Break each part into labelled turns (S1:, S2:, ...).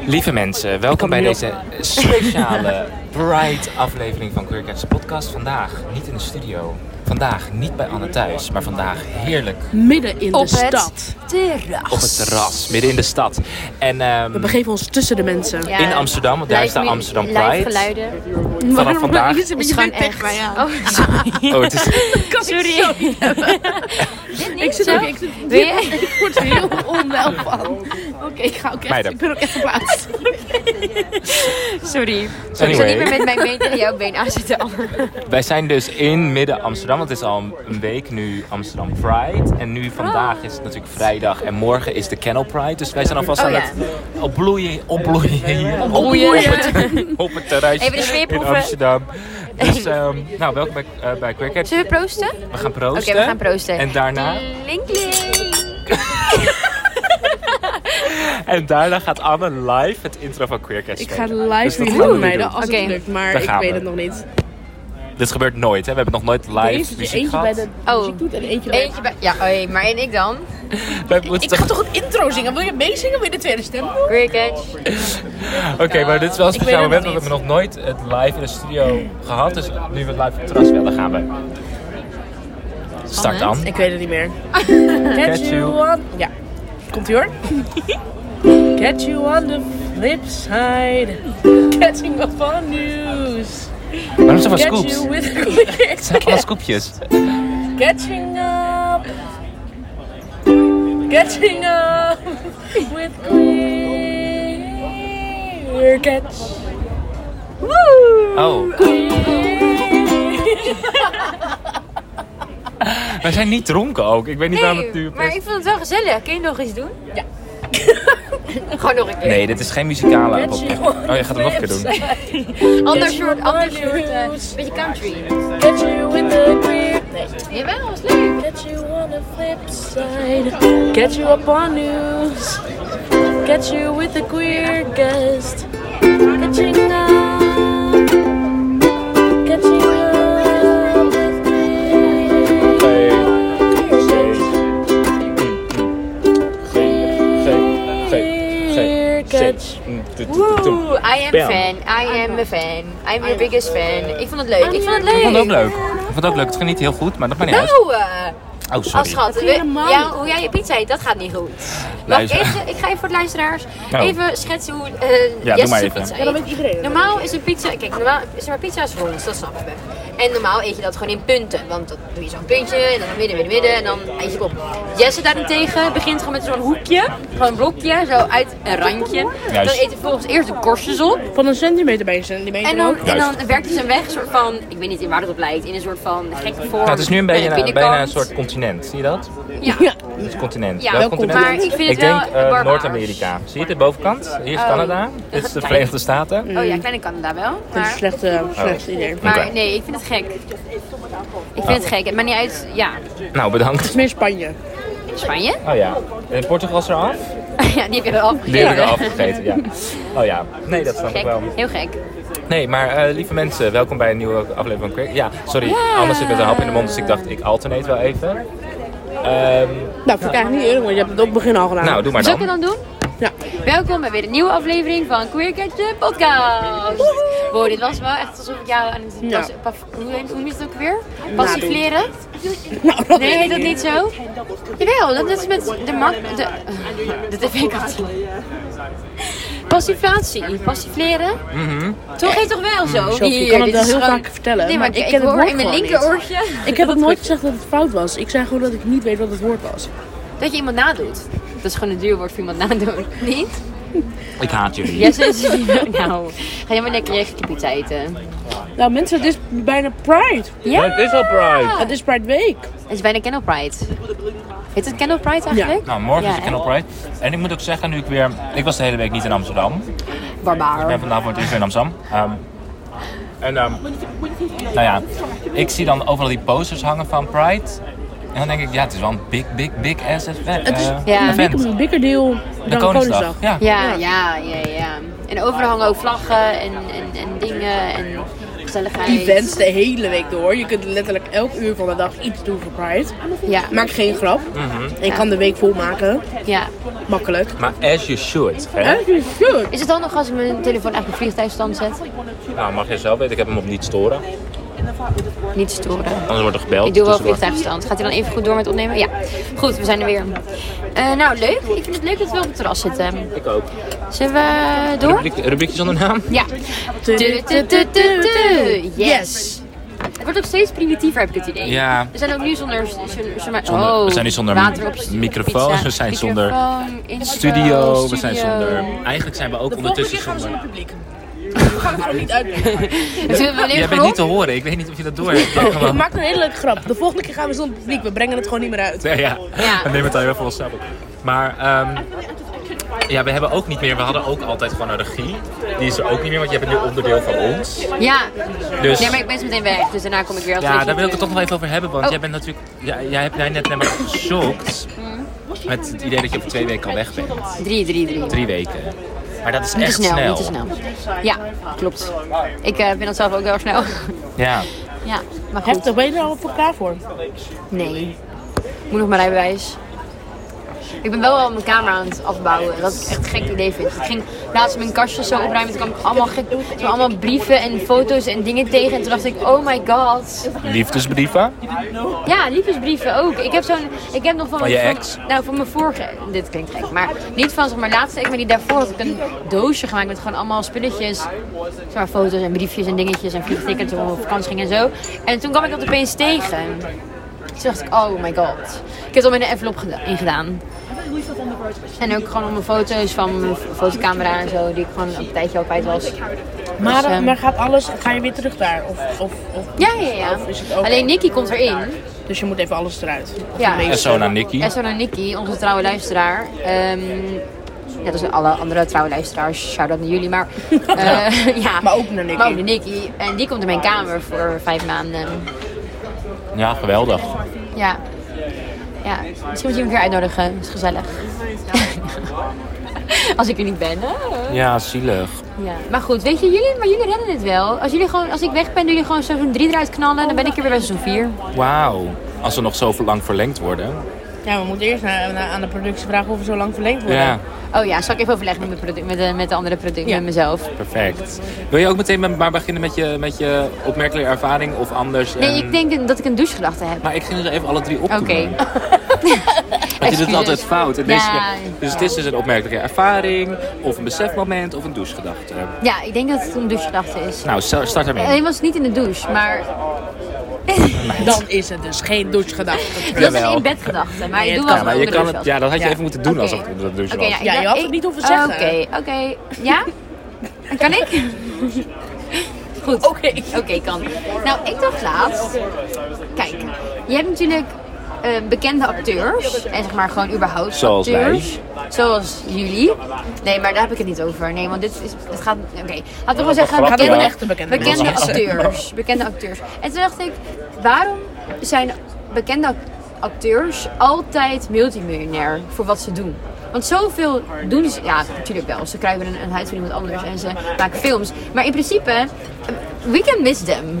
S1: Lieve mensen, welkom bij deze speciale Bright aflevering van Queercast Podcast. Vandaag niet in de studio, vandaag niet bij Anne thuis, maar vandaag heerlijk
S2: midden in
S3: Op
S2: de
S3: het
S2: stad.
S3: terras.
S1: op het terras, midden in de stad. En ehm,
S2: We begeven ons tussen de mensen.
S3: Ja,
S1: in Amsterdam, want daar is de
S3: live mu-
S1: Amsterdam
S3: Live
S1: Pride.
S3: geluiden.
S1: Vanaf vandaag
S2: Is een beetje
S3: Is gewoon
S2: weet tegen
S3: echt.
S2: mij aan.
S3: Oh, sorry.
S1: Oh, het is,
S3: sorry. Dit niet
S2: Ik zit
S3: zo?
S2: ook, ik, zit-
S3: Wil je?
S2: ik word er heel onwel van. Oké, ik ga ook echt,
S1: Meiden.
S2: ik ben ook echt verplaatst.
S3: Sorry. Ik zal niet meer
S1: anyway,
S3: met mijn been tegen jouw been aan zitten. Anne.
S1: wij zijn dus in midden Amsterdam, want het is al een week nu Amsterdam Pride. En nu vandaag is het natuurlijk vrijdag en morgen is de Kennel Pride. Dus wij zijn alvast
S3: Oh
S1: aan
S3: ja.
S1: het opbloeien, opbloeien hier.
S3: Opbloeien.
S1: Op het, op het terrasje
S3: Even de sfeer
S1: in
S3: proeven.
S1: Amsterdam. Dus, ehm, nou, welkom bij, eh, bij Queercats.
S3: Zullen we proosten? Oké,
S1: We gaan proosten.
S3: we gaan proosten.
S1: En daarna,
S3: Link, link.
S1: en daarna gaat Anne live het intro van Queercats
S2: Ik ga
S1: spelen. Dus
S2: live
S1: dat
S2: weer
S1: gaan we
S2: doen, meiden,
S1: doen.
S2: als
S3: Oké,
S2: het lukt. Maar
S1: daar
S2: ik
S1: gaan
S2: weet
S1: we.
S2: het nog niet.
S1: Dit gebeurt nooit, hè? We hebben nog nooit
S2: Ik
S1: live
S2: weet dat je
S1: muziek
S2: eentje bij
S1: gehad.
S2: de
S3: Oh.
S2: muziek doet en eentje bij...
S3: Eentje bij... Ja, oei, maar en ik dan?
S1: Wij moeten
S2: Ik ga toch een intro zingen? Wil je meezingen? Wil je de tweede stem doen?
S3: Great catch.
S1: Oké, maar dit is wel een
S2: Ik weet
S1: speciaal moment,
S2: het nog
S1: want we hebben nog nooit het live in de studio gehad. Dus nu we live op het terras willen, gaan we. Start
S3: Anne?
S1: aan.
S2: Ik weet het niet meer. Catch you
S1: you.
S2: on... Ja. Komt ie hoor. Catch you on the flip side. Catching up on news.
S1: Waarom zoveel
S2: Catch
S1: scoops?
S2: you
S1: Het
S2: with quick.
S1: zijn allemaal scoopjes.
S2: Catching up. Catching up with queer catch. Woo!
S1: Oh, wij zijn niet dronken ook. Ik weet niet waarom het nu
S3: Nee,
S1: op
S3: maar
S1: is.
S3: ik vond het wel gezellig. Kun je nog iets doen?
S2: Ja.
S3: Gewoon nog een keer.
S1: Nee, dit is geen muzikale.
S2: Catch you on
S1: Oh, je gaat hem nog een keer doen.
S3: Ander
S2: Yes,
S3: soort,
S2: you
S3: ander
S2: are
S3: soort. eh,
S2: news.
S3: beetje country.
S2: Catch you with the queer. Nee.
S3: Jawel, was leuk.
S2: Catch you on the flip side. Catch you up on news. Catch you with a queer guest. Catching up. Catching up with queer Queer catch.
S3: Woe, I am
S1: Bam.
S3: fan. I am a fan. I'm your biggest fan. Ik vond het leuk. Ik vond het leuk.
S1: Ik vond het ook leuk. Ik vond het ook leuk. Het ging niet heel goed, maar dat maakt niet uit.
S3: Nou, eh,
S1: Oh,
S3: als
S1: sorry.
S3: schat,
S2: ging
S3: we-
S2: helemaal
S3: ja,
S2: niet
S3: hoe jij je pizza eet, dat gaat niet goed. Mag ik,
S1: Luister.
S3: even, ik ga even voor de luisteraars
S1: Nou.
S3: even schetsen hoe eh
S1: Ja, doe
S3: Jesse
S1: maar
S3: zijn
S1: even.
S3: pizza
S2: Ja, dat
S3: eet.
S2: weet iedereen.
S3: Normaal is een pizza, kijk, normaal is maar pizza is rond, dat snappen we. En normaal eet je dat gewoon in punten, want dan doe je zo'n puntje en dan midden, midden, midden en dan eet je het op. Jesse daarentegen begint gewoon met zo'n hoekje, gewoon een blokje, zo uit een randje. Dan
S1: Juist.
S3: eet hij volgens eerst de korstjes op.
S2: Van een centimeter bij een centimeter
S3: En dan,
S2: ook.
S3: en dan werkt hij zijn weg, soort van, ik weet niet in waar het op lijkt, in een soort van gekke vorm.
S1: Nou, het is nu een
S3: met
S1: beetje een,
S3: binnenkant.
S1: bijna een soort continent. Zie je dat?
S3: Ja.
S1: Het is continent.
S3: Ja,
S1: Welk
S3: wel
S1: continent?
S3: maar ik vind het wel Oh.
S1: denk eh,
S3: barbaars.
S1: Noord-Amerika. Zie je de bovenkant? Hier is Canada. Dit is de Verenigde Staten.
S3: Oh ja, kleine Canada wel.
S2: Dat is
S3: Maar,
S2: een slechte, slecht idee.
S1: Ehm, Oké.
S3: maar nee, ik vind het gek. Ik vind het gek. Het maakt niet uit, ja,
S1: Nou, bedankt.
S2: Het is meer Spanje.
S3: Spanje.
S1: Oh ja. En Portugal is eraf?
S3: ja, die heb je wel
S1: Die heb ik
S3: afgegeven.
S1: al afgegeten, ja. Oh ja. Nee, dat snap ik
S3: Gek.
S1: wel.
S3: Heel gek.
S1: Nee, maar eh, lieve mensen, welkom bij een nieuwe aflevering van Quick. Ja, sorry. Anders zit met een hap in de mond, dus ik dacht ik alternate wel even. Ehm,
S2: Nou, vind ik eigenlijk niet eerlijk, want je hebt het op het begin al gedaan.
S1: nou, doe maar
S3: Zullen we
S1: dan.
S3: dan doen?
S2: Ja.
S3: Welkom bij weer een nieuwe aflevering van Queer Catch the Podcast. Wow, dit was wel echt alsof ik jou aan het...
S2: Ja.
S3: pas- paf- Hoe heet- hoe noem je het ook weer? Passifleren?
S2: Nou, dat
S3: Nee,
S2: weet
S3: heet
S2: ik
S3: dat
S2: niet.
S3: niet zo? Jawel, dat is met de mak... De, de tv-kast. Passivatie, passifleren. Toch heet toch wel zo?
S2: Mm, Sophie,
S3: Hier,
S2: je kan het
S3: dit
S2: wel
S3: is
S2: heel
S3: gewoon-
S2: vaak vertellen,
S3: Nee,
S2: maar
S3: maar
S2: ik
S3: ik,
S2: ken het
S3: hoor
S2: woord
S3: in mijn
S2: gewoon niet.
S3: linkeroortje
S2: Ik heb ook nooit gezegd dat het fout was. Ik zei gewoon dat ik niet weet wat het woord was.
S3: dat je iemand nadoet. Dat is gewoon een duur woord voor iemand nadoen. Niet?
S1: Ik haat jullie.
S3: Yes, is Nou, ga jij maar lekker je eigen pizza eten.
S2: Nou mensen, het is bijna Pride.
S3: Ja!
S1: Het is al Pride.
S2: Het is Pride Week.
S3: Het is bijna Kennel Pride. Heet het Kennel Pride eigenlijk?
S1: Nou, morgen is
S3: Ja,
S1: de Kennel Pride. En ik moet ook zeggen, nu ik weer... Ik was de hele week niet in Amsterdam. Ik ben
S3: Barbaar.
S1: vandaag voor het eerst weer in Amsterdam. Ehm, en ehm, nou ja, ik zie dan overal die posters hangen van Pride. En dan denk ik, ja, het is wel een big, big, big ass event.
S2: Het is
S3: Ja.
S2: een big- een bigger deal
S1: De
S2: dan Koningsdag.
S1: Ja.
S3: Ja, ja, ja, ja. En overal hangen ook vlaggen en, en, en dingen en gezelligheid.
S2: events de hele week door. Je kunt letterlijk elk uur van de dag iets doen voor Pride.
S3: Ja,
S2: Maak geen grap.
S1: Mhm.
S2: En je kan de week volmaken.
S3: ja.
S2: Makkelijk.
S1: Maar as you should, hè?
S2: Echt is goed.
S3: Is het dan nog als ik mijn telefoon echt op vliegtuigstand zet?
S1: Nou, mag je zelf weten. Ik heb hem op niet storen.
S3: Niet storen.
S1: Anders wordt er gebeld.
S3: Ik doe wel
S1: tussendoor.
S3: vliegtuigstand. Gaat hij dan even goed door met opnemen? Ja. Goed, we zijn er weer. Eh, nou, leuk. Ik vind het leuk dat we op het terras zitten.
S1: Ik ook.
S3: Zijn we door?
S1: Rubriek, rubriekje zonder naam?
S3: Ja. Du- du- du- du- du- du. Yes. Het wordt ook steeds primitiever, heb ik het idee.
S1: Ja.
S3: We zijn ook nu zonder... zonder, zonder-
S1: Zonder-
S3: oh,
S1: we zijn nu zonder
S3: water op je
S1: microfoon,
S3: pizza.
S1: we zijn zonder
S3: Microfoon, Insta,
S1: Studio, we zijn
S3: studio.
S1: zonder... Eigenlijk zijn we ook
S2: Volgende keer
S1: ondertussen
S2: gaan we
S1: zonder...
S2: zonder publiek. We gaan het gewoon niet uitleggen.
S3: Zullen Dus we wanneer
S1: Jij bent
S3: gewoon?
S1: niet te horen. Ik weet niet of je dat door hebt. Ja,
S2: Ik
S1: gewoon.
S2: maak een hele leuke grap. De volgende keer gaan we zonder publiek. We brengen het gewoon niet meer uit.
S1: Nee, ja.
S3: Ja.
S1: We nemen het daar heel veel onszelf op. Maar ehm, ja, we hebben ook niet meer. We hadden ook altijd gewoon een regie. Die is er ook niet meer, want je bent nu onderdeel van ons.
S3: Ja.
S1: Dus
S3: Nee, maar ik ben zo meteen weg. Dus daarna kom ik weer als
S1: ja, daar wil ik
S3: regisseur.
S1: het toch nog even over hebben. Want
S3: Oh.
S1: jij bent natuurlijk. Ja, jij hebt mij net namelijk geschokt. Met het idee dat je over twee weken al weg bent.
S3: Drie, drie, drie.
S1: Drie weken. Maar dat is
S3: Niet te
S1: echt
S3: snel, niet te snel. Ja, klopt. Ik eh, ben dat zelf ook heel erg snel.
S1: Ja.
S3: ja, maar goed.
S2: Heftig, ben je er al voor klaar voor?
S3: Nee. Moet nog mijn rijbewijs. Ik ben wel al mijn camera aan het afbouwen. Dat ik echt een gek idee vind. Ik ging laatst mijn kastjes zo opruimen. Toen kwam ik allemaal, gek, toen kwamen allemaal brieven en foto's en dingen tegen. En toen dacht ik, oh my god.
S1: Liefdesbrieven?
S3: Ja, liefdesbrieven ook. Ik heb zo'n. Ik heb nog van,
S1: Van je
S3: mijn-
S1: ex?
S3: nou, van mijn vorige. Dit klinkt gek, maar niet van zeg maar laatste ik, maar die daarvoor had ik een doosje gemaakt met gewoon allemaal spulletjes. Zeg maar foto's en briefjes en dingetjes en vliegtickets toen we op vakantie gingen en zo. En toen kwam ik dat opeens tegen. Toen dacht ik, oh my god. Ik heb het al met een envelop geda- ingedaan. En ook gewoon allemaal foto's van mijn f- fotocamera en zo, die ik gewoon een tijdje al kwijt was.
S2: Maar,
S3: Dus, ehm,
S2: maar gaat alles, ga je weer terug daar? Of, of, of,
S3: Ja, ja, ja.
S1: Oh,
S2: Of is het ook-
S3: Alleen Nicky komt erin.
S2: Dus je moet even alles eruit.
S3: Ja.
S1: En zo naar Nicky.
S3: En zo naar Nikki, onze trouwe luisteraar. Ehm net als alle andere trouwe luisteraars, shout-out naar jullie. Maar, eh, ja.
S2: Maar ook naar Nicky.
S3: Maar ook naar Nicky. En die komt in mijn kamer voor vijf maanden.
S1: Ja, geweldig.
S3: Ja. ja. Misschien moet je hem een keer uitnodigen. is gezellig. als ik er niet ben. hè?
S1: Ja, zielig.
S3: Ja. Maar goed, weet je, jullie, maar jullie redden het wel. Als, jullie gewoon, als ik weg ben, doen jullie gewoon zo'n drie eruit knallen. Dan ben ik er weer bij zo'n vier.
S1: Wauw. Als ze nog zo lang verlengd worden.
S2: Ja, we moeten eerst naar, naar- aan de productie vragen of we zo lang verlengd worden.
S1: Ja,
S3: Oh ja, zal ik even overleggen met, mijn product- met, de, met de andere product,
S2: Ja.
S3: met mezelf.
S1: perfect. Wil je ook meteen met- maar beginnen met je, met je opmerkelijke ervaring of anders?
S3: Nee,
S1: en-
S3: ik denk dat ik een douchegedachte heb.
S1: Maar ik ging dus even alle drie
S3: Oké.
S1: opdoen. Want je doet het
S3: Excuses.
S1: altijd fout. En deze
S3: Ja.
S1: keer- Dus het is dus een opmerkelijke ervaring, of een besefmoment, of een douchegedachte.
S3: Ja, ik denk dat het een douchegedachte is.
S1: Nou, sta- start ermee.
S3: Alleen was het niet in de douche, maar
S2: Dan is het dus geen douchegedachte.
S3: dat is
S1: Jawel.
S3: een in bed gedachte. Maar ik
S2: het
S3: doe
S2: kan.
S3: wel
S1: Ja, maar je kan het, ja, dat had je
S2: Ja.
S1: even moeten doen alsof het een douche was.
S2: Ja, je had het niet hoeven zeggen.
S3: Oké, oké. Ja? Kan ik? Goed. Oké. Oké, kan. Nou, ik dacht laatst... Kijk, je hebt natuurlijk eh, bekende acteurs. En zeg maar gewoon überhaupt
S1: Zoals
S3: acteurs. Zoals jullie. Nee, maar daar heb ik het niet over. Nee, want dit is... Het gaat... Oké. Laten we gewoon zeggen...
S1: grapje.
S3: Bekende,
S2: Echte bekende.
S3: bekende
S1: Dat was een
S3: acteurs. Bekende acteurs. En toen dacht ik, waarom zijn bekende ac- acteurs altijd multimiljonair voor wat ze doen? Want zoveel doen ze, ja, natuurlijk wel. Ze krijgen een, een huid van iemand anders en ze maken films. Maar in principe, we can miss them.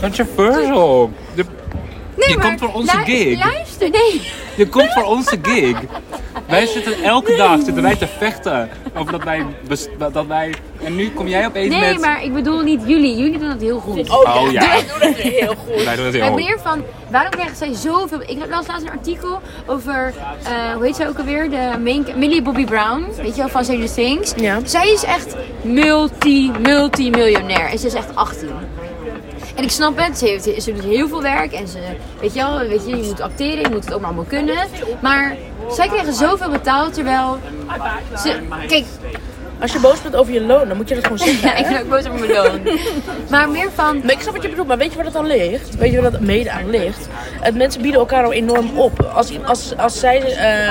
S1: Controversial. De-
S3: Nee,
S1: Je komt voor onze gig.
S3: Luister, nee.
S1: Je komt voor onze gig. Wij zitten elke dag zitten wij te vechten over dat wij, bes- dat wij... En nu kom jij opeens
S3: Nee,
S1: met...
S3: maar ik bedoel niet jullie. Jullie doen dat heel goed.
S1: Oh ja,
S2: Heel goed.
S1: wij doen het heel
S3: Maar ik
S1: goed.
S3: ben meer van, waarom krijgen zij zoveel... Ik las laatst een artikel over, eh, hoe heet zij ook alweer? De main, Millie Bobby Brown, weet je wel, van Stranger Things.
S2: Ja.
S3: Zij is echt multi, multi-miljonair. En ze is echt 18. En ik snap het, ze, heeft, ze doet dus heel veel werk en ze, weet je wel, weet je, je moet acteren, je moet het ook allemaal kunnen. Maar zij krijgen zoveel betaald, terwijl ze, kijk,
S2: Als je boos bent over je loon, dan moet je dat gewoon zeggen.
S3: ja, ik ben ook boos op mijn loon. Maar meer van,
S2: Maar ik snap wat je bedoelt, maar weet je waar dat aan ligt? Weet je waar dat mede aan ligt? Het mensen bieden elkaar al enorm op. Als, als, als zij... eh,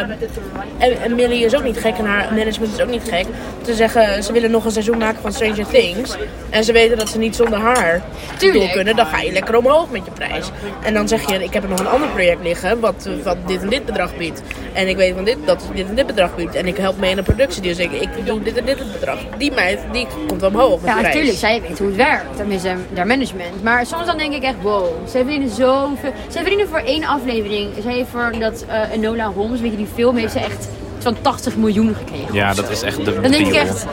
S2: en, en Millie is ook niet gek en haar management is ook niet gek. Te zeggen, ze willen nog een seizoen maken van Stranger Things. En ze weten dat ze niet zonder haar
S3: Tuurlijk.
S2: door kunnen. Dan ga je lekker omhoog met je prijs. En dan zeg je, ik heb nog een ander project liggen wat, wat dit en dit bedrag biedt. En ik weet van dit dat dit en dit bedrag biedt. En ik help mee in een productie. Dus ik, ik doe dit en dit dit het bedrag. Die meid, die komt omhoog met
S3: Ja,
S2: de prijs.
S3: natuurlijk. Zij weet hoe het werkt. Tenminste, haar management. Maar soms dan denk ik echt, wow. Zij verdienen zoveel. Zij verdienen voor één aflevering. Zij heeft voor dat eh Enola Holmes, weet je, die film, heeft ze echt zo'n 80 miljoen gekregen.
S1: Ja, dat is echt de
S3: Dan denk ik
S1: deal.
S3: echt,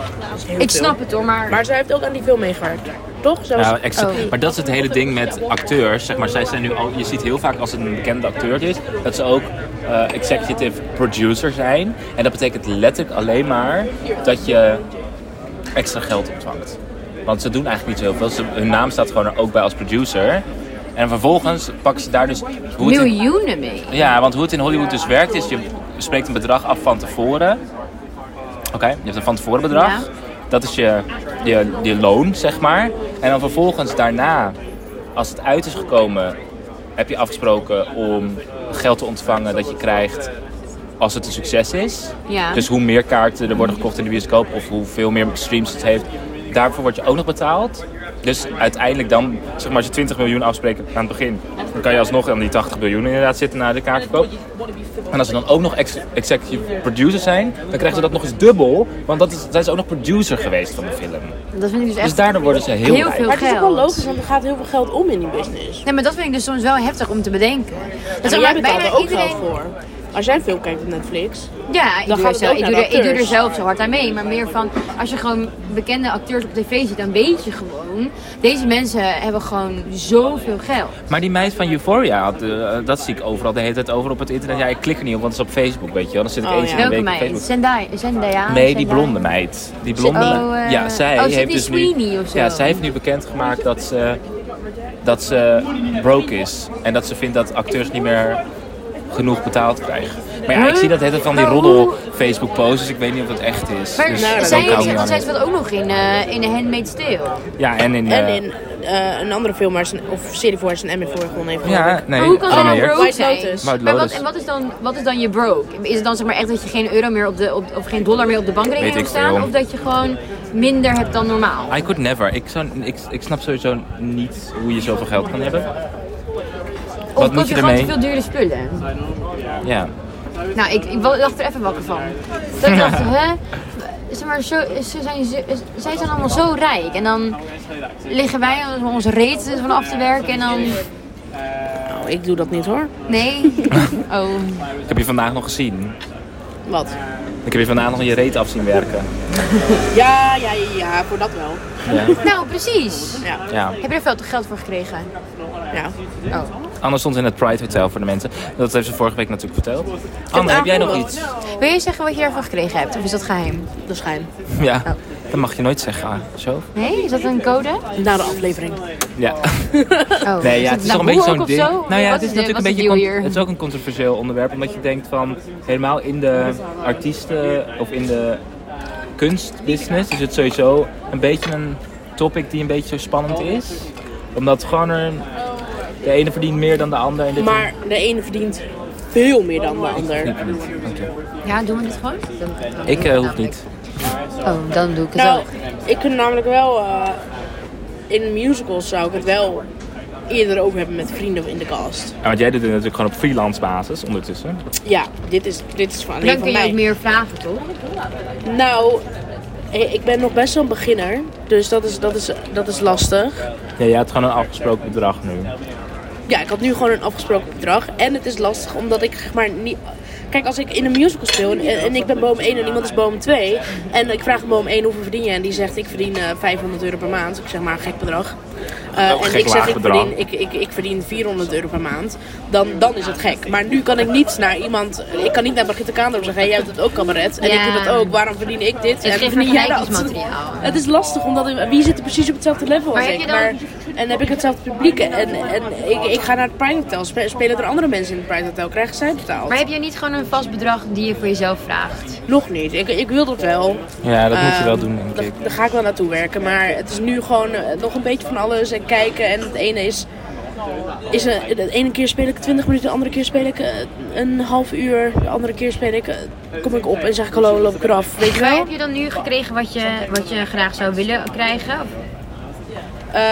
S2: Heel
S3: ik
S2: veel.
S3: snap het hoor, maar...
S2: Maar zij heeft ook aan die film meegewerkt. Toch? Zij was-
S1: Ja, extra-
S3: Oh.
S1: Maar dat is het hele ding met acteurs. Zeg maar, zij zijn nu al, je ziet heel vaak als het een bekende acteur is, dat ze ook eh, executive producer zijn. En dat betekent letterlijk alleen maar dat je extra geld ontvangt. Want ze doen eigenlijk niet zoveel. Ze, hun naam staat gewoon er ook bij als producer. En vervolgens pakken ze daar dus. Hoe het in-
S3: miljoenen mee.
S1: ja, want hoe het in Hollywood dus werkt is, je spreekt een bedrag af van tevoren. Oké, je hebt een van tevoren bedrag.
S3: Ja.
S1: Dat is je, je, je loon, zeg maar. En dan vervolgens daarna, als het uit is gekomen, heb je afgesproken om geld te ontvangen dat je krijgt als het een succes is.
S3: Ja.
S1: Dus hoe meer kaarten er worden gekocht in de bioscoop of hoeveel meer streams het heeft, daarvoor word je ook nog betaald. Dus uiteindelijk dan, zeg maar, als je 20 miljoen afspreekt aan het begin, dan kan je alsnog aan die 80 miljoen inderdaad zitten na de kaartverkoop. En als ze dan ook nog ex- executive producer zijn, dan krijgen ze dat nog eens dubbel, want dat is, zijn ze ook nog producer geweest van de film.
S3: Dat vind ik dus echt...
S1: Dus daardoor worden ze heel,
S3: Heel
S1: rijk.
S3: veel.
S2: maar het is ook wel
S3: geld.
S2: logisch, want er gaat heel veel geld om in die business.
S3: Nee, maar dat vind ik dus soms wel heftig om te bedenken. Dat
S2: Dus
S3: zeg
S2: jij
S3: maar
S2: betaalt er
S3: bijna
S2: ook
S3: iedereen...
S2: geld voor. Als jij een film kijkt op Netflix,
S3: Ja, ik
S2: Dan
S3: doe,
S2: gaat
S3: er
S2: het
S3: zelf,
S2: ook
S3: ik,
S2: naar
S3: doe
S2: de
S3: er, ik doe er
S2: acteurs.
S3: zelf zo hard aan mee. Maar meer van, als je gewoon bekende acteurs op tv ziet, dan weet je gewoon... Deze mensen hebben gewoon zoveel geld.
S1: Maar die meid van Euphoria, had, eh, dat zie ik overal de hele tijd over op het internet. Ja, ik klik er niet op, want het is op Facebook, weet je wel. Dan zit ik
S2: Oh,
S1: eens in
S2: ja.
S1: de
S3: Welke
S1: week op
S3: meid?
S1: Facebook.
S3: Zendaya? Zendaya?
S1: Nee, die
S3: Zendaya?
S1: blonde meid. Die blonde
S3: Oh,
S1: meid.
S3: eh,
S1: ja, zij
S3: oh,
S1: heeft
S3: Sydney
S1: dus nu,
S3: Sweeney of zo.
S1: Ja, zij heeft nu bekendgemaakt dat ze, dat ze broke is. En dat ze vindt dat acteurs niet meer genoeg betaald krijgen. Maar ja, ik zie dat hele tijd van die
S3: Maar
S1: roddel
S3: hoe-
S1: Facebook posts, dus ik weet niet of dat echt is.
S3: Maar
S1: dus
S2: nou,
S1: dat
S3: zij
S1: kan
S3: heeft
S1: niet
S3: want
S1: aan.
S3: zij speelt ook nog in, eh in The Handmaid's Tale.
S1: Ja, en in...
S2: en
S1: eh,
S2: in eh, een andere film waar ze, een- of serie voor waar ze een Emmy voor gewonnen heeft. geloof
S1: ja,
S2: ik.
S1: nee.
S3: Maar hoe kan zij
S1: Romeo.
S3: nou broke
S2: White
S3: zijn?
S2: Lotus.
S1: White
S3: Maar wat,
S1: Lotus.
S3: en wat is, dan, wat is dan je broke? Is het dan zeg maar echt dat je geen euro meer op de, op, of geen dollar meer op de bankrekening
S1: Weet ik
S3: hebt staan?
S1: veel.
S3: Of dat je gewoon minder hebt dan normaal?
S1: I could never. Ik, zou, ik, ik snap sowieso niet hoe je zoveel geld kan hebben.
S3: Of koop
S1: moet je
S3: je gewoon
S1: ermee?
S3: te veel dure spullen?
S1: Ja.
S3: Nou, ik, ik dacht er even wakker van. Dat ik dacht, hè? Zeg maar, zo, ze zijn, zo- zij zijn allemaal zo rijk. En dan liggen wij om onze reet van af te werken en dan...
S2: Nou, ik doe dat niet hoor.
S3: Nee. Oh.
S1: Ik heb je vandaag nog gezien.
S2: Wat?
S1: Ik heb je vandaag nog je reet af zien werken.
S2: Ja, ja, ja, ja, voor dat wel.
S1: Ja.
S3: Nou, precies.
S2: Ja,
S1: ja.
S3: Heb je er veel te geld voor gekregen?
S2: ja.
S3: Oh.
S1: Anne stond in het Pride Hotel voor de mensen. Dat heeft ze vorige week natuurlijk verteld. Anne, heb jij nog iets?
S3: Wil je zeggen wat je ervan gekregen hebt? Of is dat geheim?
S2: de schijn.
S1: Ja, dat mag je nooit zeggen. ah, Zo?
S3: Nee? Is dat een code?
S2: Na de aflevering.
S1: Ja.
S3: Oh.
S1: Nee, ja, het is toch een beetje zo'n ding. Nou ja, het is natuurlijk een beetje. con-
S3: hier?
S1: Het is ook een controversieel onderwerp, omdat je denkt van helemaal in de artiesten of in de kunstbusiness is het sowieso een beetje een topic die een beetje zo spannend is, omdat gewoon er de ene verdient meer dan de ander en dit.
S2: Maar de ene verdient veel meer dan de ander.
S3: Ja, doen we dit gewoon?
S1: Ik eh, hoef niet.
S3: Oh, dan doe ik het
S2: Nou,
S3: ook.
S2: ik kan namelijk wel... eh, in musicals zou ik het wel eerder over hebben met vrienden in de cast.
S1: Ja, want jij doet het natuurlijk gewoon op freelance basis ondertussen.
S2: Ja, dit is, dit is van alleen
S3: Dan
S2: van
S3: kun je
S2: mij.
S3: ook meer vragen, toch?
S2: Nou, eh, ik ben nog best wel een beginner. Dus dat is, dat is, dat is lastig.
S1: Ja, jij hebt gewoon een afgesproken bedrag nu.
S2: Ja, ik had nu gewoon een afgesproken bedrag. En het is lastig omdat ik zeg maar niet... Kijk, als ik in een musical speel en, en ik ben boom 1 en iemand is boom 2... en ik vraag boom 1 hoeveel verdien je? En die zegt ik verdien eh, 500 euro per maand. Ik zeg maar een gek bedrag. Eh,
S1: Ook
S2: en
S1: gek
S2: ik zeg
S1: laag
S2: ik
S1: bedrag.
S2: verdien, ik, ik, ik verdien 400 euro per maand. Dan, dan is het gek. Maar nu kan ik niet naar iemand... Ik kan niet naar Brigitte Kaandorp zeggen... Hé, jij doet het ook cabaret. En
S3: Ja.
S2: ik doe dat ook. Waarom verdien ik dit?
S3: Het
S2: en
S3: geeft
S2: verdien jij dat?
S3: vergelijkingsmateriaal.
S2: Het is lastig, omdat wie zit er precies op hetzelfde level als
S3: Maar heb
S2: ik?
S3: je dan-
S2: Maar, en heb ik hetzelfde publiek? En, en ik, ik ga naar het Pride Hotel. Spe- Spelen er andere mensen in het Pride Hotel? Krijgen zij betaald?
S3: Maar heb je niet gewoon een vast bedrag die je voor jezelf vraagt?
S2: Nog niet. Ik, ik wil dat wel.
S1: Ja, dat moet je
S2: Ehm,
S1: wel doen, denk
S2: dat-
S1: ik.
S2: Daar ga ik wel naartoe werken. Maar het is nu gewoon eh, nog een beetje van alles en kijken. En het ene is... is een, de ene keer speel ik 20 minuten, de andere keer speel ik eh, een half uur. De andere keer speel ik, eh, kom ik op en zeg ik hallo, loop ik eraf. Weet je
S3: Maar
S2: wel?
S3: heb je dan nu gekregen wat je, wat je graag zou willen krijgen?
S2: Eh,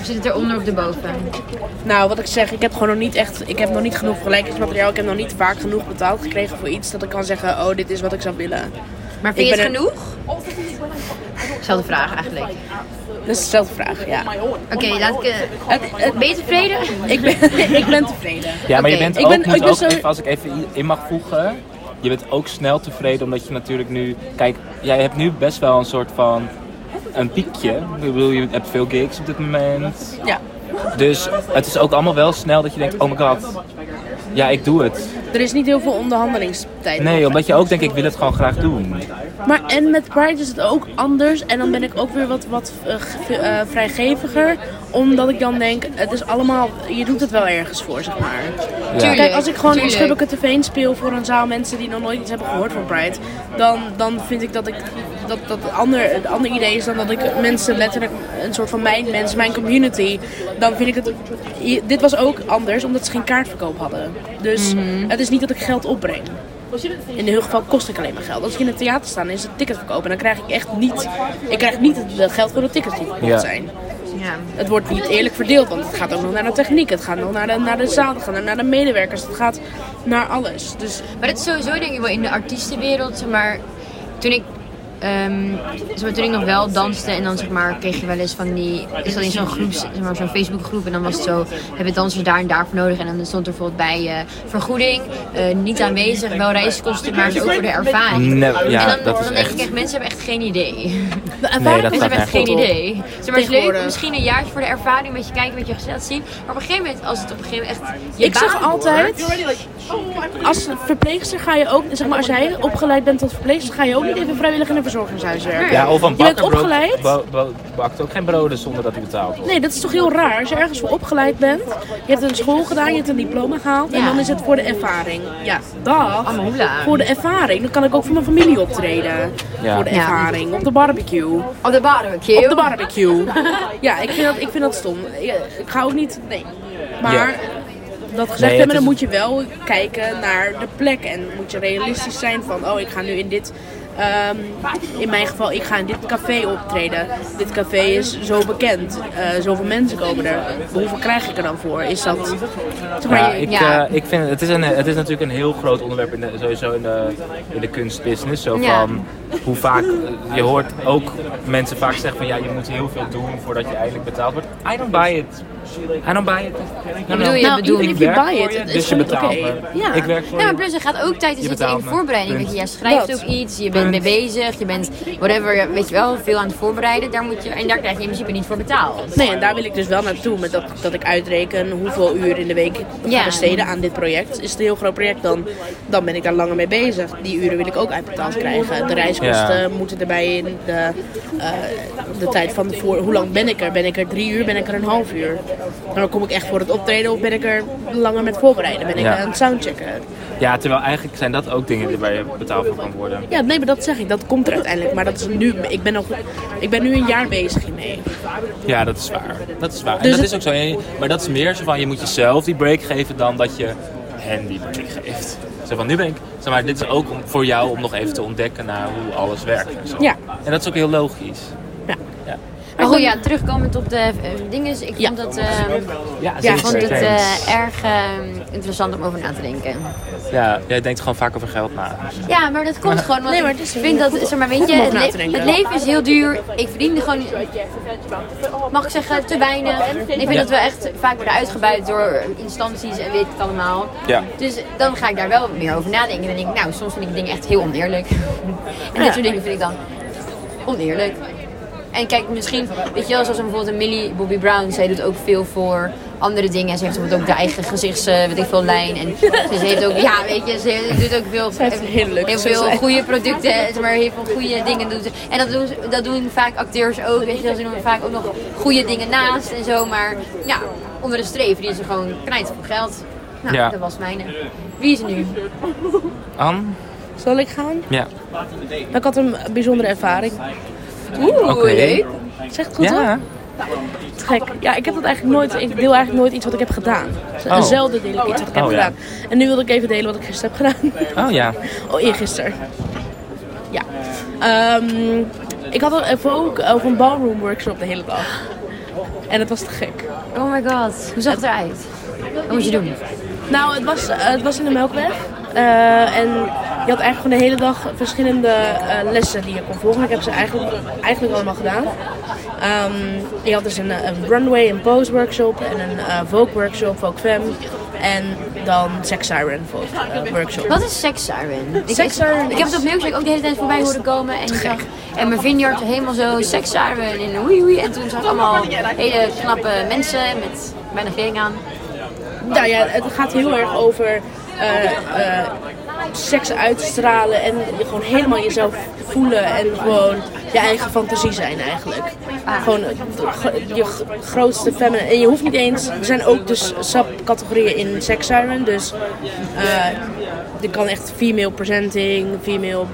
S3: Of zit het eronder of erboven?
S2: Nou, wat ik zeg, ik heb gewoon nog niet echt, ik heb nog niet genoeg vergelijkingsmateriaal. Ik heb nog niet vaak genoeg betaald gekregen voor iets dat ik kan zeggen, oh, dit is wat ik zou willen.
S3: Maar vind
S2: Ik
S3: je het
S2: ben
S3: genoeg? Zelfde vraag eigenlijk.
S2: Dat is dezelfde vraag, ja.
S3: Oké, laat ik... eh,
S2: Het, het-
S3: Ben je tevreden?
S2: ik, ben, ik ben tevreden.
S1: Ja, maar je
S3: Oké,
S1: bent
S2: ik
S1: ook,
S2: ben- dus
S1: moet
S2: ik ben
S1: ook
S2: zo-
S1: even, als ik even i- in mag voegen, je bent ook snel tevreden omdat je natuurlijk nu, kijk, jij hebt nu best wel een soort van een piekje. Ik bedoel, je hebt veel gigs op dit moment.
S2: Ja.
S1: Dus het is ook allemaal wel snel dat je denkt, oh my god, ja, ik doe het.
S2: Er is niet heel veel onderhandelingstijd.
S1: Nee, omdat je ook denkt, ik wil het gewoon graag doen.
S2: Maar en met Pride is het ook anders. En dan ben ik ook weer wat, wat eh, ge- eh, vrijgeviger. Omdat ik dan denk, het is allemaal, je doet het wel ergens voor, zeg maar.
S1: Tuurlijk,
S2: Kijk, als ik gewoon in
S3: tuurlijk.
S2: Schubbeke TV speel voor een zaal mensen die nog nooit iets hebben gehoord van Pride. Dan, dan vind ik dat ik dat, dat een ander, een ander idee is dan dat ik mensen letterlijk een soort van mijn mensen, mijn community. Dan vind ik het. je- Dit was ook anders omdat ze geen kaartverkoop hadden. Dus het is niet dat ik geld opbreng. In heel geval kost ik alleen maar geld. Als ik in het theater sta, dan is het ticket verkopen. En dan krijg ik echt niet. Ik krijg niet het geld voor de tickets die verkocht
S1: Ja.
S2: zijn.
S3: Ja.
S2: Het wordt niet eerlijk verdeeld, want het gaat ook nog naar de techniek, het gaat nog naar de, naar de zaal, het gaat nog naar de medewerkers, het gaat naar alles. Dus
S3: Maar dat is sowieso denk ik wel in de artiestenwereld, zeg maar toen ik, ehm, zeg maar, toen ik nog wel danste en dan zeg maar, kreeg je wel eens van die, is dat in zo'n groep, zeg maar, zo'n Facebookgroep en dan was het zo, hebben dansers daar en daarvoor nodig en dan stond er bijvoorbeeld bij eh, vergoeding, eh, niet aanwezig, wel reiskosten, maar ook voor de ervaring.
S1: Nee, ja,
S3: en dan,
S1: dat is
S3: dan denk
S1: echt-
S3: ik echt, mensen hebben echt geen idee.
S2: de ervaring
S1: dat
S2: is
S3: Mensen
S1: gaat
S3: hebben
S2: echt
S3: echt geen
S2: goed.
S3: idee. Zeg maar, het is leuk om
S2: Tegenwoordig.
S3: misschien een jaartje voor de ervaring een beetje kijken wat je gezellig zien. Maar op een gegeven moment, als het op een gegeven moment echt je
S2: Ik zeg
S3: baan wordt-
S2: altijd, als verpleegster ga je ook, zeg maar als jij opgeleid bent tot verpleegster, ga je ook niet even vrijwillig in een verzorgingshuis werken.
S1: Ja, of een
S2: Je bent
S1: bakker brood-
S2: opgeleid?
S1: bo- bo- bakt ook geen broden zonder dat hij betaald wordt.
S2: Nee, dat is toch heel raar. Als je ergens voor opgeleid bent, je hebt een school gedaan, je hebt een diploma gehaald en
S3: Ja.
S2: dan is het voor de ervaring. Ja, dag.
S3: Allemaal hoela.
S2: Voor de ervaring. Dan kan ik ook voor mijn familie optreden.
S1: Ja.
S2: Voor de
S1: Ja.
S2: ervaring. Op de barbecue.
S3: Op de barbecue.
S2: Op de barbecue. ja, ik vind dat, ik vind dat stom. Ik, ik ga ook niet. Nee. Maar
S1: Ja.
S2: dat gezegd
S1: Nee, het
S2: hebben, dan
S1: is-
S2: moet je wel kijken naar de plek. En moet je realistisch zijn van, oh, ik ga nu in dit. ehm, in mijn geval, ik ga in dit café optreden. Dit café is zo bekend. Eh, zoveel mensen komen er. Hoeveel krijg ik er dan voor? Is dat. Zeg maar,
S1: Ja,
S2: je-
S1: ik,
S3: Ja.
S1: eh, ik vind het is, een, het is natuurlijk een heel groot onderwerp in de, sowieso in de, in de kunstbusiness. Zo van
S3: Ja.
S1: hoe vaak, eh, je hoort ook mensen vaak zeggen van ja, je moet heel veel doen voordat je eigenlijk betaald wordt. I don't buy it. I don't buy it. No,
S3: bedoel je?
S2: nou,
S3: bedoel,
S2: even if
S1: ik
S2: you
S1: werk
S2: buy
S1: voor
S2: it,
S1: je,
S2: het is
S1: dus je
S2: gewoon
S1: betaalt
S2: oké.
S1: me.
S2: Ja.
S1: Ik werk voor
S3: Ja, maar
S1: je.
S3: plus er gaat ook tijd in
S1: Je
S3: zitten in
S1: betaalt
S3: de
S1: me.
S3: voorbereiding.
S1: Punt.
S3: Weet je, jij schrijft
S2: Dat.
S3: ook iets, je bent mee
S1: Punt.
S3: bezig, je bent whatever, weet je wel, veel aan het voorbereiden. Daar moet je, en daar krijg je in principe niet voor betaald.
S2: Nee, en daar wil ik dus wel naartoe. Met dat, dat ik uitreken hoeveel uur in de week ik
S3: Ja.
S2: ga besteden aan dit project. Is het een heel groot project, dan, dan ben ik daar langer mee bezig. Die uren wil ik ook uitbetaald krijgen. De reiskosten
S1: Ja.
S2: moeten erbij in. De, eh, de tijd van voor, hoe lang ben ik er? Ben ik er drie uur? Ben ik er een half uur? Dan kom ik echt voor het optreden of ben ik er langer met voorbereiden? Ben ik
S1: Ja.
S2: aan het soundchecken?
S1: Ja, terwijl eigenlijk zijn dat ook dingen waar je betaald voor kan worden.
S2: Ja, nee, maar dat zeg ik. Dat komt er uiteindelijk. Maar dat is nu. Ik ben, nog, ik ben nu een jaar bezig hiermee.
S1: Ja, dat is waar. Dat is waar. En
S2: Dus
S1: dat
S2: het-
S1: is ook zo. En je- Maar dat is meer zo van, je moet jezelf die break geven dan dat je hen die break geeft. Zo van, nu ben ik... Zeg maar, dit is ook om, voor jou om nog even te ontdekken naar hoe alles werkt en zo.
S2: Ja.
S1: En dat is ook heel logisch.
S2: Ja.
S1: Ja,
S3: Maar goed, ja, terugkomend op de eh, dingen. is, Ik
S2: Ja.
S3: vond het, eh,
S1: ja,
S3: ik
S1: zeker.
S3: vond het
S1: Eens.
S3: eh, erg eh, interessant om over na te denken.
S1: ja, jij denkt gewoon vaak over geld na.
S3: Ja, maar dat komt gewoon. Want
S2: Nee, maar
S3: ik
S2: het is
S3: vind dat, zeg maar, weet je,
S2: om
S3: het,
S2: over na
S3: le-
S2: te denken.
S3: het leven is heel duur. Ik verdiende gewoon, mag ik zeggen, te weinig. En Ik vind dat we echt vaak worden uitgebuit door instanties en weet ik het allemaal.
S1: Ja.
S3: Dus dan ga ik daar wel meer over nadenken. En dan denk ik, nou, soms vind ik dingen echt heel oneerlijk. En
S2: Ja.
S3: dat soort dingen vind ik dan oneerlijk. En kijk, misschien, weet je wel, zoals bijvoorbeeld een Millie Bobby Brown, zij doet ook veel voor andere dingen. En ze heeft bijvoorbeeld ook de eigen gezichts, eh, weet ik veel, lijn. En ze ze heeft ook, ja, weet je, ze doet ook veel, eh,
S2: heeft een hele leuke
S3: heel veel
S2: gezichtslijn.
S3: goede producten, zeg maar heel veel goede dingen doet. ze. En dat doen, ze- dat doen vaak acteurs ook, weet je wel, ze doen vaak ook nog goede dingen naast en zo. Maar ja, onder de streep die ze gewoon knijt voor geld. Nou,
S1: Ja.
S3: dat was mijn. Wie is er nu?
S1: An?
S2: Zal ik gaan?
S1: Ja.
S2: Ik had een bijzondere ervaring.
S3: Oeh,
S1: Oké.
S3: leuk.
S2: Zeg het goed, hoor.
S1: ja.
S2: Te gek. Ja, ik heb dat eigenlijk nooit. Ik deel eigenlijk nooit iets wat ik heb gedaan. Z-
S1: Oh.
S2: Zelden deel ik iets wat ik heb
S1: Oh, ja.
S2: gedaan. En nu wilde ik even delen wat ik gisteren heb gedaan.
S1: Oh ja.
S2: Oh, eergisteren. Ja. Ehm, ik had een ook over een ballroom workshop de hele dag. En het was te gek.
S3: Oh my god, hoe zag het eruit? Wat moet je doen?
S2: Nou, het was, eh, het was in de Melkweg. Eh, en je had eigenlijk gewoon de hele dag verschillende eh, lessen die je kon volgen. Ik heb ze eigenlijk, eigenlijk allemaal gedaan. Ehm, je had dus een, eh, een runway, een pose workshop en een eh vogue workshop, vogue femme. En dan sex siren vogue eh, workshop.
S3: Wat is sex siren? Ik-
S2: Sex siren
S3: Ik, heb het op
S2: is-
S3: Milkshake ook de hele tijd voorbij horen komen. En, ik zag, en mijn vineyard helemaal zo sex siren en oei oei. En toen zag ik allemaal hele knappe mensen met bijna kleding aan.
S2: Nou ja, het gaat heel erg over eh, eh, seks uitstralen en je gewoon helemaal jezelf voelen en gewoon je eigen fantasie zijn eigenlijk. Gewoon eh, ge- je g- grootste feminine. En je hoeft niet eens, er zijn ook dus subcategorieën in sex siren, dus eh, er kan echt female presenting, female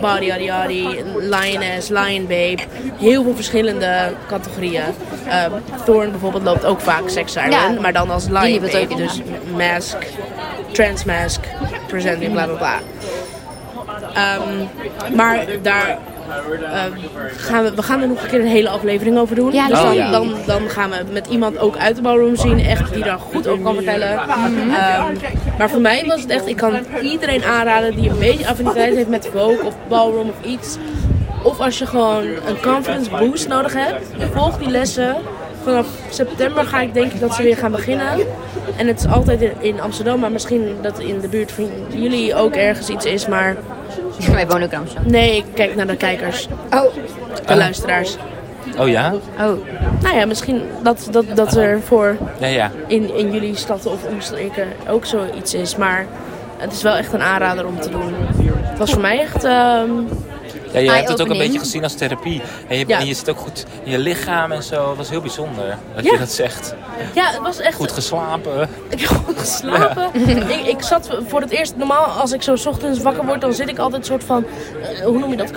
S2: body, yadi yadi, lioness, lion babe. Heel veel verschillende categorieën. Eh Thorn bijvoorbeeld loopt ook vaak sex siren,
S3: Ja.
S2: maar dan als lion
S3: Die wil het
S2: babe,
S3: ook,
S2: dus mask, transmask, presenting, bla bla bla. Ehm, maar daar ehm, gaan we, we gaan er nog een keer een hele aflevering over doen.
S3: Ja,
S2: dus
S3: dat
S2: dan,
S1: wil ik.
S2: dan, dan gaan we met iemand ook uit de ballroom zien, echt die daar goed over kan vertellen. Ehm, maar voor mij was het echt, ik kan iedereen aanraden die een beetje affiniteit heeft met Vogue of ballroom of iets. Of als je gewoon een confidence boost nodig hebt, volg die lessen. Vanaf september ga ik denk ik dat ze weer gaan beginnen. En het is altijd in, in Amsterdam, maar misschien dat in de buurt van jullie ook ergens iets is. Maar
S3: Wij wonen ook in Amsterdam.
S2: nee, ik kijk naar de kijkers,
S3: Oh.
S2: de luisteraars.
S1: Oh ja?
S3: Oh.
S2: Nou ja, misschien dat, dat, dat er voor
S1: Ja, ja.
S2: in, in jullie stad of omstreken ook zoiets is. Maar het is wel echt een aanrader om te doen. Het was voor mij echt... ehm,
S1: ja je hebt het ook een
S3: Eye-opening.
S1: beetje gezien als therapie. En je,
S2: Ja.
S1: en je zit ook goed in je lichaam en zo. Dat was heel bijzonder dat
S2: Ja.
S1: je dat zegt.
S2: ja, het was echt...
S1: Goed geslapen.
S2: Ik heb gewoon geslapen. Ik, ik zat voor het eerst, normaal als ik zo 's ochtends wakker word, dan zit ik altijd soort van, eh, hoe noem je dat,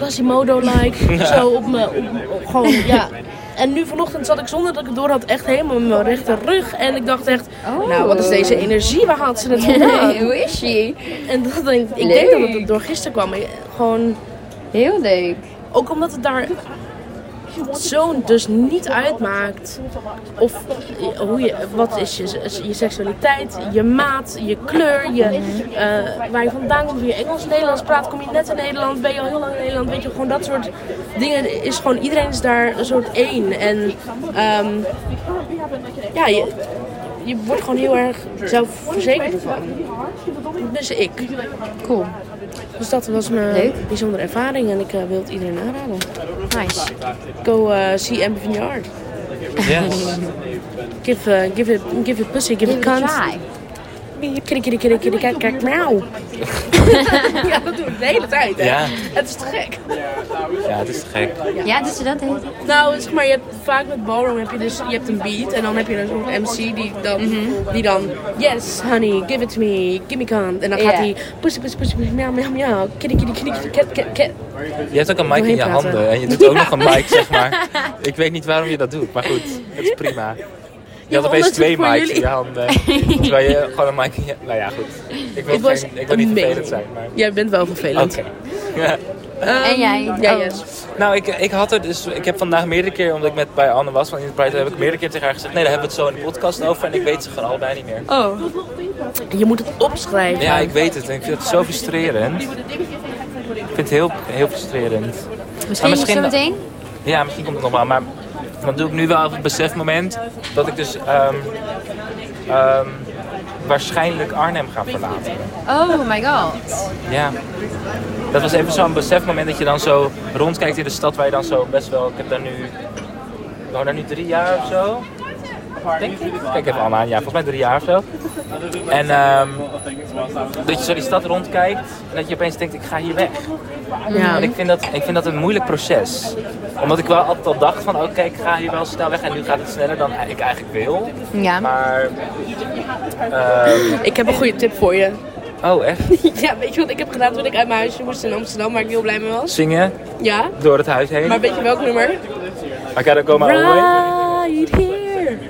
S2: Quasimodo-like. Zo op me, op, op- gewoon, ja. En nu vanochtend zat ik zonder dat ik het door had echt helemaal in mijn rechterrug. En ik dacht
S3: Oh.
S2: echt, nou wat is deze energie, waar haalt ze het vandaan?
S3: Hoe is she?
S2: En dat denk, ik denk dat het
S3: Leuk.
S2: door gisteren kwam. Ik- Gewoon,
S3: Heel leuk.
S2: ook omdat het daar zo'n dus niet uitmaakt of hoe je, wat is je, je seksualiteit, je maat, je kleur, je, eh, waar je vandaan komt, of je Engels, Nederlands praat, kom je net in Nederland, ben je al heel lang in Nederland, weet je, gewoon dat soort dingen is gewoon, iedereen is daar een soort één en ehm, ja, je, je wordt gewoon heel erg zelfverzekerd van. Dus ik.
S3: Cool.
S2: Dus dat was mijn
S3: Leuk.
S2: bijzondere ervaring en ik eh, wil het iedereen aanraden.
S3: Nice.
S2: Go uh, see Amber Vineyard.
S1: Yes.
S2: Give, uh, give it, give it pussy, give,
S3: Give
S2: it
S3: it a
S2: cunt.
S3: try.
S2: Kitty, kitty, kitty, kitty, kijk, kijk, miauw. ja, dat doe ik de hele tijd, hè.
S1: Ja.
S2: Het is te gek.
S1: Ja, het is te gek.
S3: Ja, dus dat heet.
S2: Nou, zeg maar, je hebt, vaak met ballroom heb je dus, je hebt een beat en dan heb je dus een soort MC die dan, die dan, yes, honey, give it to me, give me cunt. En dan gaat
S3: Ja.
S2: hij, pussy, pussy, pussy, pussy, miauw, miauw, miauw, kitty, kitty, kitty, kitty, cat, cat, cat.
S1: Je hebt ook een mic in je
S2: Doorheen praten.
S1: handen en je doet ook nog een mic, zeg maar. Ik weet niet waarom je dat doet, maar goed, het is prima. Je had
S2: maar
S1: opeens
S2: anders
S1: twee
S2: doe ik voor
S1: mics in je handen, terwijl je gewoon een mic in je... Nou ja, goed. Ik wil,
S2: Het was
S1: geen- ik wil niet
S2: amazing.
S1: vervelend zijn, maar...
S2: Jij bent wel vervelend. Ehm,
S1: Oké. Ja.
S3: En jij?
S2: Ja,
S3: Oh.
S2: yes.
S1: Nou, ik, ik had er dus... Ik heb vandaag meerdere keer, omdat ik met bij Anne was van In Pride, heb ik meerdere keer tegen haar gezegd... Nee, daar hebben we het zo in de podcast over en ik weet ze gewoon allebei niet meer.
S3: Oh.
S2: Je moet het opschrijven.
S1: Ja, ik weet het en ik vind het zo frustrerend. Ik vind het heel, heel frustrerend.
S3: Misschien,
S1: misschien
S3: zo
S1: dat-
S3: meteen?
S1: Ja, misschien komt het nog wel. Maar dan doe ik nu wel even het besefmoment dat ik dus ehm, ehm, waarschijnlijk Arnhem ga verlaten.
S3: Oh my god.
S1: Ja. Dat was even zo'n besefmoment dat je dan zo rondkijkt in de stad waar je dan zo best wel... Ik heb daar nu... Ik woon daar nu drie jaar of zo. Denk ik. Kijk even allemaal aan. Ja, volgens mij drie jaar of zo. En ehm, dat je zo die stad rondkijkt en dat je opeens denkt ik ga hier weg.
S2: Ja.
S1: En ik vind, dat, ik vind dat een moeilijk proces. Omdat ik wel altijd al dacht van, oké, ik ga hier wel snel weg en nu gaat het sneller dan ik eigenlijk wil.
S3: Ja.
S1: Maar, ehm,
S2: Ik heb een goede tip voor je.
S1: oh echt?
S2: Ja, weet je wat ik heb gedaan toen ik uit mijn huisje moest in Amsterdam, waar ik heel blij mee was?
S1: Zingen
S2: Ja,
S1: door het huis heen.
S2: maar weet je welk nummer?
S1: I gotta go my own way.
S2: Right here,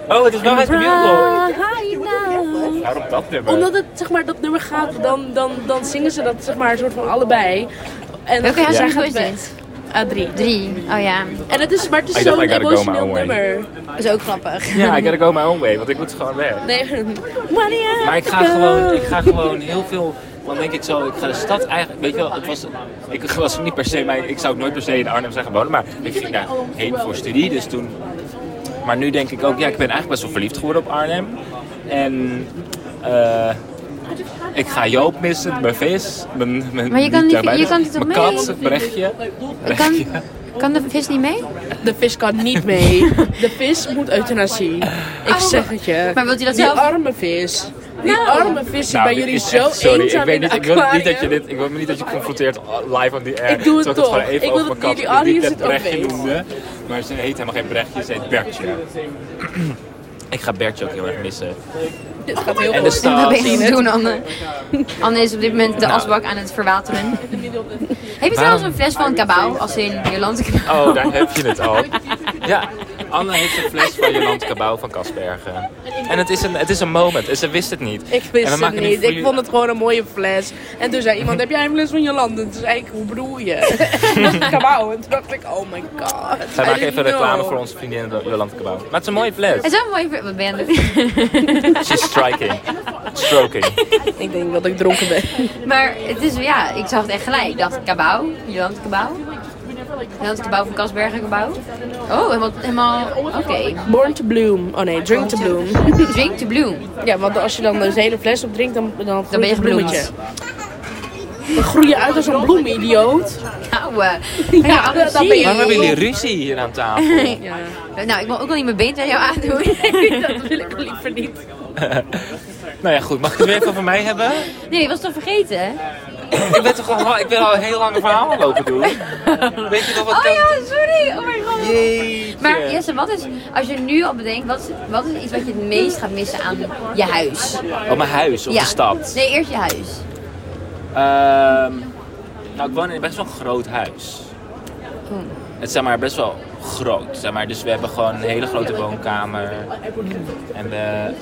S1: Oh, het is wel het musical.
S2: right now.
S1: Waarom dat nummer?
S2: Omdat het, zeg maar, dat nummer gaat, dan, dan, dan zingen ze dat, zeg maar, een soort van allebei. En
S3: Welke huis
S2: zij
S3: is
S2: gaat
S3: dit?
S2: weg. A3.
S3: Drie. Oh ja.
S2: En het is, maar het is
S1: I don't
S2: zo'n
S1: like gotta go my
S2: emotioneel
S1: own way.
S2: nummer.
S3: Dat is ook grappig.
S1: Ja, I gotta go my own way, want ik moet gewoon weg.
S2: Nee, money
S1: Maar ik ga gewoon, ik ga gewoon heel veel dan denk ik zo, ik ga de stad eigenlijk, weet je wel, het was, ik was niet per se, mijn, ik zou ook nooit per se in Arnhem zijn gaan wonen, maar ik ging daar heen voor studie, dus toen. Maar nu denk ik ook, ja, ik ben eigenlijk best wel verliefd geworden op Arnhem. En eh, ik ga Joop missen, mijn vis, mijn, mijn
S3: Maar je kan
S1: niet
S3: die-
S1: daarbij
S3: je
S1: zijn,
S3: kan die toch
S1: mijn
S3: mee?
S1: kat, mijn rechtje.
S3: Kan, kan de vis niet mee?
S2: De vis kan niet mee. De vis moet euthanasie. Ik zeg het je.
S3: Oh, Maar wilt u dat
S2: Die
S3: zelf?
S2: arme vis. Die arme vis zit
S1: Nou,
S2: bij
S1: dit
S2: jullie
S1: is
S2: zo
S1: echt- sorry,
S2: eenzaam
S1: ik weet
S2: in
S1: niet,
S2: de
S1: ik wil niet dat je
S2: aquarium.
S1: dit, ik wil niet dat je confronteert live on the air.
S2: Ik doe het
S1: Terwijl
S2: toch.
S1: gewoon even
S2: Ik wil
S1: over
S2: dat
S1: mijn
S2: jullie
S1: kat, die ik
S2: audience
S1: net
S2: het ook
S1: Brechtje
S2: weet.
S1: noemde. Maar ze heet helemaal geen Brechtje, ze heet Bertje. ik ga Bertje ook heel erg missen.
S2: Dit gaat heel
S1: En de
S2: goed.
S1: stad.
S3: Wat ben je
S1: Zie je
S3: aan het
S1: het?
S3: doen, Anne? Anne is op dit moment de
S1: Nou.
S3: asbak aan het verwateren. Heb je trouwens een fles van kabau? Als in Nederlandse kabau?
S1: Oh, daar heb je het al. Ja, Anne heeft een fles van Jolante Cabau van Kasbergen. En het is, een, het is een moment en ze wist het niet.
S2: Ik
S1: En we
S2: wist het
S1: maken nu
S2: niet.
S1: voor
S2: Ik
S1: jullie-
S2: vond het gewoon een mooie fles. En toen zei iemand, heb jij een fles van Jolande? En toen zei ik, hoe bedoel je? Kabouw. En toen dacht ik, oh my god.
S1: Zij maken even reclame voor
S2: ons.
S1: onze vriendin Jolante Cabau. Maar het is een mooie fles.
S3: Het is wel mooi. voor- Wat ben je aan het doen?
S1: She's striking. Stroking.
S2: Ik denk dat ik dronken ben.
S3: Maar het is, ja, ik zag het echt gelijk. Ik dacht, kabau, Jolante kabau. Jolante kabau van Kasbergen kabau. Oh, helemaal, helemaal oké.
S2: Born to bloom. Oh nee, drink to bloom.
S3: Drink to bloom.
S2: Ja, want als je dan dus de hele fles opdrinkt, dan, dan, groeit
S3: ben je
S2: een bloemetje.
S3: gebloemd.
S2: Dan groei je uit als een bloem, idioot.
S3: Nou, eh, ja,
S2: dat- dat
S3: zie
S2: ben je.
S1: Waarom hebben jullie ruzie hier aan tafel?
S3: Nou, ik wil ook wel niet mijn been tegen jou aandoen.
S2: Dat wil ik liever niet.
S1: Nou ja, goed. Mag ik het weer even van mij hebben?
S3: nee, je was toch vergeten? hè?
S1: Ik ben toch al, ik ben al heel lang een verhaal lopen doen. Weet je nog wat
S3: Oh ja, sorry. Oh mijn god.
S1: Jeetje.
S3: Maar Jesse, wat is, als je nu al bedenkt, wat is, wat is iets wat je het meest gaat missen aan je huis?
S1: Oh, mijn huis of de stad?
S3: Nee, eerst je huis.
S1: Ehm, nou, ik woon in best wel een groot huis.
S3: Hmm.
S1: Het is zeg maar best wel groot. Zeg maar. Dus we hebben gewoon een hele grote woonkamer. En we,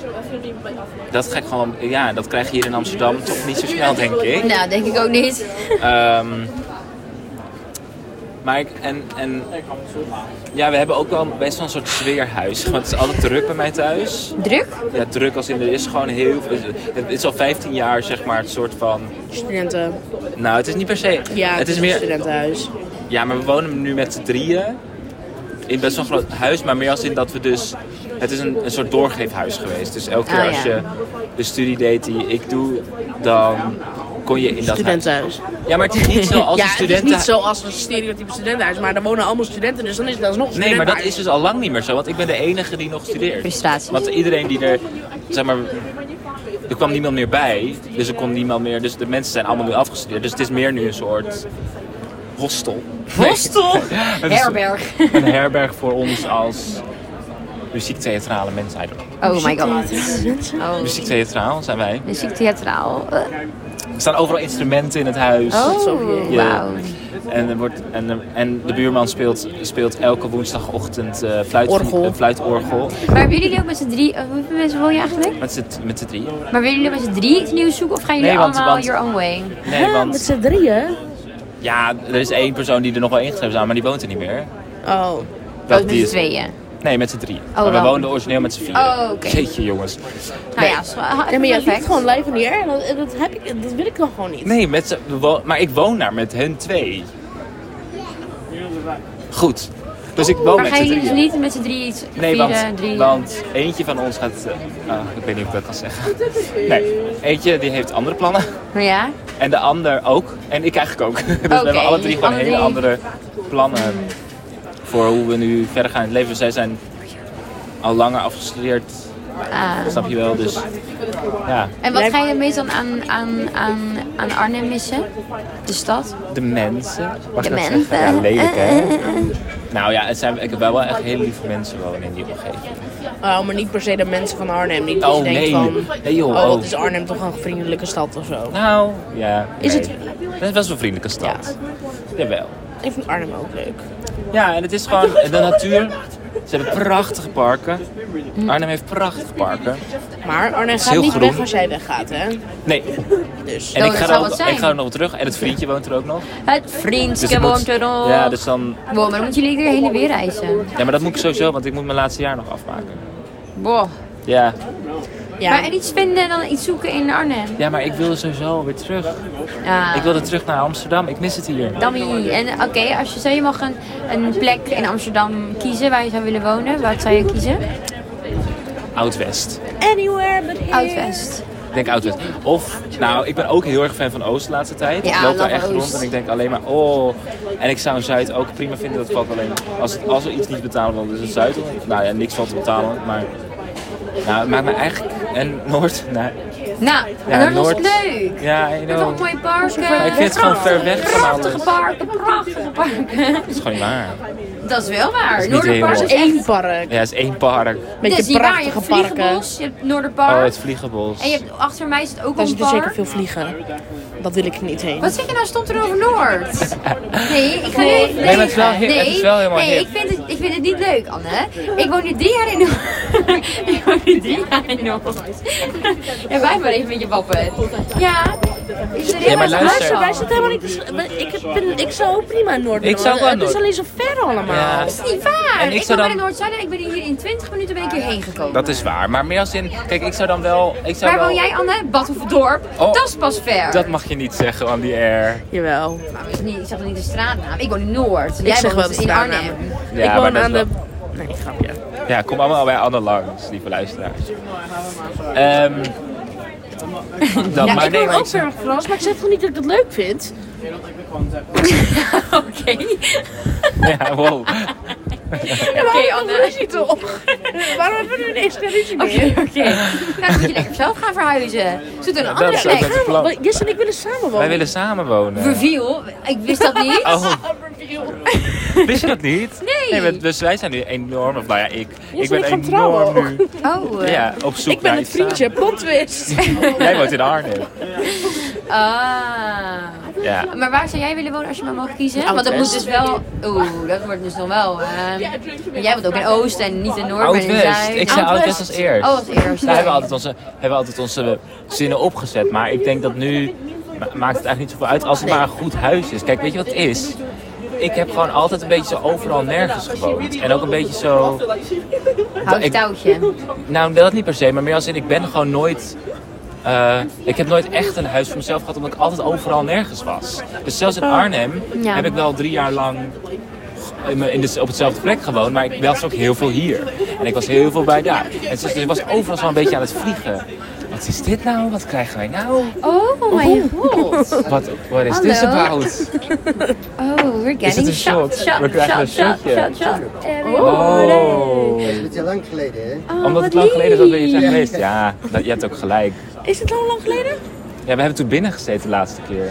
S1: dat, ga ik gewoon, ja, dat krijg je hier in Amsterdam toch niet zo snel, denk ik.
S3: Nou, denk ik ook niet.
S1: Ehm, maar ik, en, en ja, we hebben ook wel best wel een soort sfeerhuis. Want het is altijd druk bij mij thuis.
S3: Druk?
S1: Ja, druk als in er is gewoon heel veel. Het is al 15 jaar zeg maar het soort van.
S2: Studenten.
S1: Nou, het is niet per se.
S2: Ja,
S1: het is meer.
S2: studentenhuis.
S1: Ja, maar we wonen nu met z'n drieën. In best wel een groot huis, maar meer als in dat we dus. Het is een, een soort doorgeefhuis geweest. Dus elke keer
S3: Ah,
S1: als
S3: ja.
S1: je de studie deed die ik doe, dan kon je in dat huis.
S2: Studentenhuis.
S1: Ja, maar het is niet zo als
S2: ja,
S1: een
S2: het is niet
S1: studenten.
S2: zoals een stereotype studentenhuis, maar daar wonen allemaal studenten, dus dan is het alsnog
S1: Nee, maar dat
S2: studentenhuis.
S1: is dus al lang niet meer zo, want ik ben de enige die nog studeert.
S3: Frustratie.
S1: Want iedereen die er, zeg maar, er kwam niemand meer bij, dus er kon niemand meer, dus de mensen zijn allemaal nu afgestudeerd. Dus het is meer nu een soort hostel.
S3: Hostel?
S1: Het is
S3: Herberg.
S1: Een herberg voor ons als muziektheatrale mensen. I don't know.
S3: Oh my god. Oh.
S1: Muziektheatraal zijn wij.
S3: Muziektheatraal. Eh,
S1: Er staan overal instrumenten in het huis.
S3: Oh,
S1: Ja.
S3: wauw.
S1: En, er wordt, en, er- en de buurman speelt, speelt elke woensdagochtend eh fluit,
S2: Orgel.
S1: eh, fluitorgel.
S3: Maar hebben jullie ook met z'n drie, eh, hoeveel mensen woon je eigenlijk?
S1: Met z'n- Met z'n drieën.
S3: Maar willen jullie met z'n drie iets nieuws zoeken of gaan jullie
S1: Nee, want-
S3: allemaal
S1: want-
S3: your own way?
S1: Nee, want...
S2: Met z'n drieën?
S1: Ja, er is één persoon die er nog wel ingeschreven is aan, maar die woont er niet meer.
S2: Oh.
S3: Dat met
S1: die
S3: z'n
S1: is-
S3: tweeën. Oh,
S1: Nee, met z'n drieën. maar
S3: wel.
S1: we woonden origineel met z'n vier.
S3: Oh, oké.
S1: Jeetje, jongens.
S3: Nou ja, zo- ah,
S2: Ja, maar jij vindt
S3: perfect.
S2: het gewoon live in the air en dat, en dat, heb ik, dat wil ik dan gewoon niet.
S1: Nee, met z'n- we wo- maar ik woon daar met hun twee. Goed. Dus ik woon
S3: Maar
S1: met
S3: gaan
S1: z'n
S3: jullie dus
S1: drieën.
S3: niet met z'n drie iets
S1: Nee,
S3: vieren,
S1: want,
S3: drieën?
S1: want eentje van ons gaat... eh, ah, ik weet niet of ik dat kan zeggen. Nee, eentje die heeft andere plannen.
S3: Nou ja,
S1: En de ander ook. En ik eigenlijk ook. Dus
S3: Oké,
S1: we hebben alle drie gewoon
S3: alle
S1: hele
S3: drie.
S1: andere plannen voor hoe we nu verder gaan in het leven. Zij zijn al langer afgestudeerd,
S3: ah.
S1: snap je wel. Dus ja,
S3: En wat
S2: Blijf-
S3: ga je meest dan aan, aan, aan, aan Arnhem missen? De stad?
S1: de mensen. Mag
S3: De
S1: ik dat
S3: mensen.
S1: zeggen? Ja, lelijk
S2: Eh,
S1: hè. Nou ja, het zijn, ik heb wel echt hele lieve mensen wonen in die omgeving.
S2: Oh, maar niet per se de mensen van Arnhem. Niet dat
S1: Oh
S2: je denkt
S1: nee,
S2: van,
S1: nee joh.
S2: oh,
S1: Oh.
S2: wat is Arnhem toch een vriendelijke stad of zo.
S1: Nou, ja.
S2: Is
S1: nee.
S2: het-
S1: Dat is best wel een vriendelijke stad. Jawel.
S2: Ik vind Arnhem ook leuk.
S1: Ja, en het is gewoon de natuur. Ze hebben prachtige parken. Arnhem heeft prachtige parken.
S2: Maar Arnhem gaat
S1: heel
S2: niet
S1: groen.
S2: weg als jij weggaat, hè?
S1: Nee.
S2: Dus.
S1: En
S3: Oh,
S1: ik
S3: dat
S1: ga,
S3: zou
S1: er ook,
S3: wat zijn.
S1: ik ga er nog op terug. En het vriendje woont er ook nog.
S3: Het
S1: ik
S3: vriendje
S1: Dus moet-
S3: woont erop.
S1: Ja, dus dan,
S3: Wow, maar dan moeten jullie weer heen en weer reizen.
S1: ja, maar dat moet ik sowieso, want ik moet mijn laatste jaar nog afmaken.
S3: Wow.
S1: Ja,
S2: Ja.
S3: Maar en iets vinden en dan iets zoeken in Arnhem.
S1: Ja, maar ik wilde sowieso weer terug.
S3: Ja.
S1: Ik wilde terug naar Amsterdam. Ik mis het hier.
S3: Dummy. En oké, als je zou je mag een, een plek in Amsterdam kiezen waar je zou willen wonen, wat zou je kiezen?
S1: Oud-West.
S2: Anywhere but here.
S3: Oud-West.
S1: Ik denk oud Of, nou, ik ben ook heel erg fan van Oost de laatste tijd.
S3: Ja,
S1: ik loop daar
S3: love
S1: echt rond
S3: Oost.
S1: en ik denk alleen maar, oh. En ik zou Zuid ook prima vinden. Dat valt alleen, als, het- als er iets niet betalen dan is het Zuid. Nou ja, niks valt te betalen, maar... Nou, het maakt me eigenlijk... En Noord? Nee.
S3: Nou,
S1: Ja,
S3: en dat was leuk.
S1: Ja, I
S3: Er
S1: know.
S3: zijn ook mooie parken.
S1: Maar ik vind het gewoon ver weg van
S3: Prachtige
S1: alles.
S3: parken, prachtige parken.
S1: Dat is gewoon niet waar.
S3: Dat is wel waar.
S1: niet
S3: Noorderpark
S1: heel
S3: is
S1: wat.
S3: echt...
S2: Eén park.
S1: Ja, het is één park.
S3: Dat is
S2: Beetje
S3: niet waar.
S2: prachtige
S3: Je hebt
S2: parken.
S3: Vliegenbos, je hebt
S1: Oh, het
S3: Noorderpark.
S1: Vliegenbos.
S3: En je hebt, achter mij zit ook
S2: Daar
S3: een
S2: zitten zeker
S3: park.
S2: veel vliegen. Dat wil ik niet heen.
S3: Wat zeg je nou stond er over Noord? Nee, ik ga nu even
S1: maar het is wel hip.
S3: nee,
S1: Het is wel helemaal
S3: nee
S1: hip.
S3: ik, vind het, ik vind het niet leuk, Anne. Ik woon nu drie jaar in Noord. ik woon nu drie jaar in Noord. en wij maar even met je bappen. Ja. Is er
S1: Ja, maar
S3: helemaal
S1: luister.
S2: Luister, wij
S3: huis al?
S2: zitten helemaal niet. te s- wij- Ik, heb- ben, ik zou ook prima in Noord
S1: Ik zou ook wel
S2: Het is
S1: Noord-
S2: alleen zo ver allemaal.
S1: Ja.
S3: Dat is niet waar.
S1: En
S3: ik
S1: ik
S3: woon
S1: zou
S3: bij
S1: dan-
S3: Noord-Zuid en ik ben hier in 20 minuten ben ik hierheen gekomen.
S1: Dat is waar. Maar meer als in... Kijk, ik zou dan wel... Ik zou
S3: Waar
S1: wel
S3: woon jij, Anne? Badhoevedorp.
S1: Oh.
S3: Dat is pas ver.
S1: Dat mag je niet zeggen on the air.
S2: Jawel.
S3: Maar we- niet- ik zeg nog niet de straatnaam. Ik woon in Noord. Jij
S2: zeg
S3: woont
S2: wel de
S3: in
S2: straatnaam.
S3: Arnhem.
S1: Ja,
S2: ik
S1: maar
S2: woon
S1: dat
S2: aan
S1: is
S2: de. Nee, grapje.
S1: Ja, kom allemaal bij Anne langs, lieve luisteraars. Ehm dat,
S2: Ja,
S1: maar
S2: ik
S1: nee,
S2: woon
S1: maar
S2: ook
S1: ik
S2: ver
S1: zeg-
S2: weg van alles, maar ik zeg toch niet dat ik dat leuk vind?
S3: Oké.
S1: Ja, wow.
S3: Oké, Anne.
S2: Waarom hebben we nu ineens geen ruzie
S3: Oké,
S2: meer?
S3: oké. Nou, dan moet je lekker zelf gaan verhuizen. Zoek dan een
S1: Dat
S3: andere
S1: is ook
S3: plek.
S1: het plan.
S2: Maar Jess en ik willen samen wonen.
S1: Wij willen samen wonen.
S3: Verviel, ik wist dat niet.
S1: Oh, wist je dat niet?
S3: Nee.
S1: maar- dus wij zijn nu enorm, of nou ja, ik. ik ben
S2: ik gaan
S1: enorm
S2: trouwen.
S1: nu
S3: Oh, eh,
S1: ja, op zoek
S2: Ik ben
S1: naar
S2: het
S1: iets
S2: vriendje, plot twist.
S1: samen. Jij woont in Arnhem.
S3: Ah.
S1: Ja.
S3: Maar waar zou jij willen wonen als je maar mag kiezen? Want dat moet
S1: Oud-West.
S3: dus wel. Oeh, dat wordt dus dan wel. ehm, maar jij woont ook in Oost en niet in Noord, maar in
S1: Oud-West.
S3: Zuid.
S1: Ik zei Oud-West als eerst.
S3: Oh, als eerst.
S1: Daar hebben we altijd onze, hebben we altijd onze zinnen opgezet. Maar ik denk dat nu ma- maakt het eigenlijk niet zoveel uit als het maar een goed huis is. Kijk, weet je wat het is? Ik heb gewoon altijd een beetje zo overal nergens gewoond. En ook een beetje zo...
S3: Houd
S1: Ik-
S3: touwtje.
S1: Nou, dat niet per se, maar meer als in ik ben gewoon nooit. eh, ik heb nooit echt een huis voor mezelf gehad, omdat ik altijd overal nergens was. Dus zelfs in Arnhem
S3: Oh. Ja.
S1: heb ik wel drie jaar lang in mijn- in de- op hetzelfde plek gewoond, maar ik was ook heel veel hier. En ik was heel veel bij daar. En dus ik was overal zo een beetje aan het vliegen. Wat is dit nou? Wat krijgen wij nou?
S3: Oh, my god.
S1: Wat what is this
S3: Hallo?
S1: about?
S3: Oh, we're
S1: Is het
S3: getting
S1: een
S3: shot.
S1: shot? We
S3: Shot,
S1: krijgen
S3: shot,
S1: een
S3: shot,
S1: shotje.
S3: shot, shot.
S1: Oh.
S4: Een beetje lang geleden, hè?
S1: Omdat het lang geleden is dat we hier zijn geweest. Ja, dat, je hebt ook gelijk.
S2: Is het al lang geleden?
S1: Ja, we hebben toen binnen gezeten de laatste keer.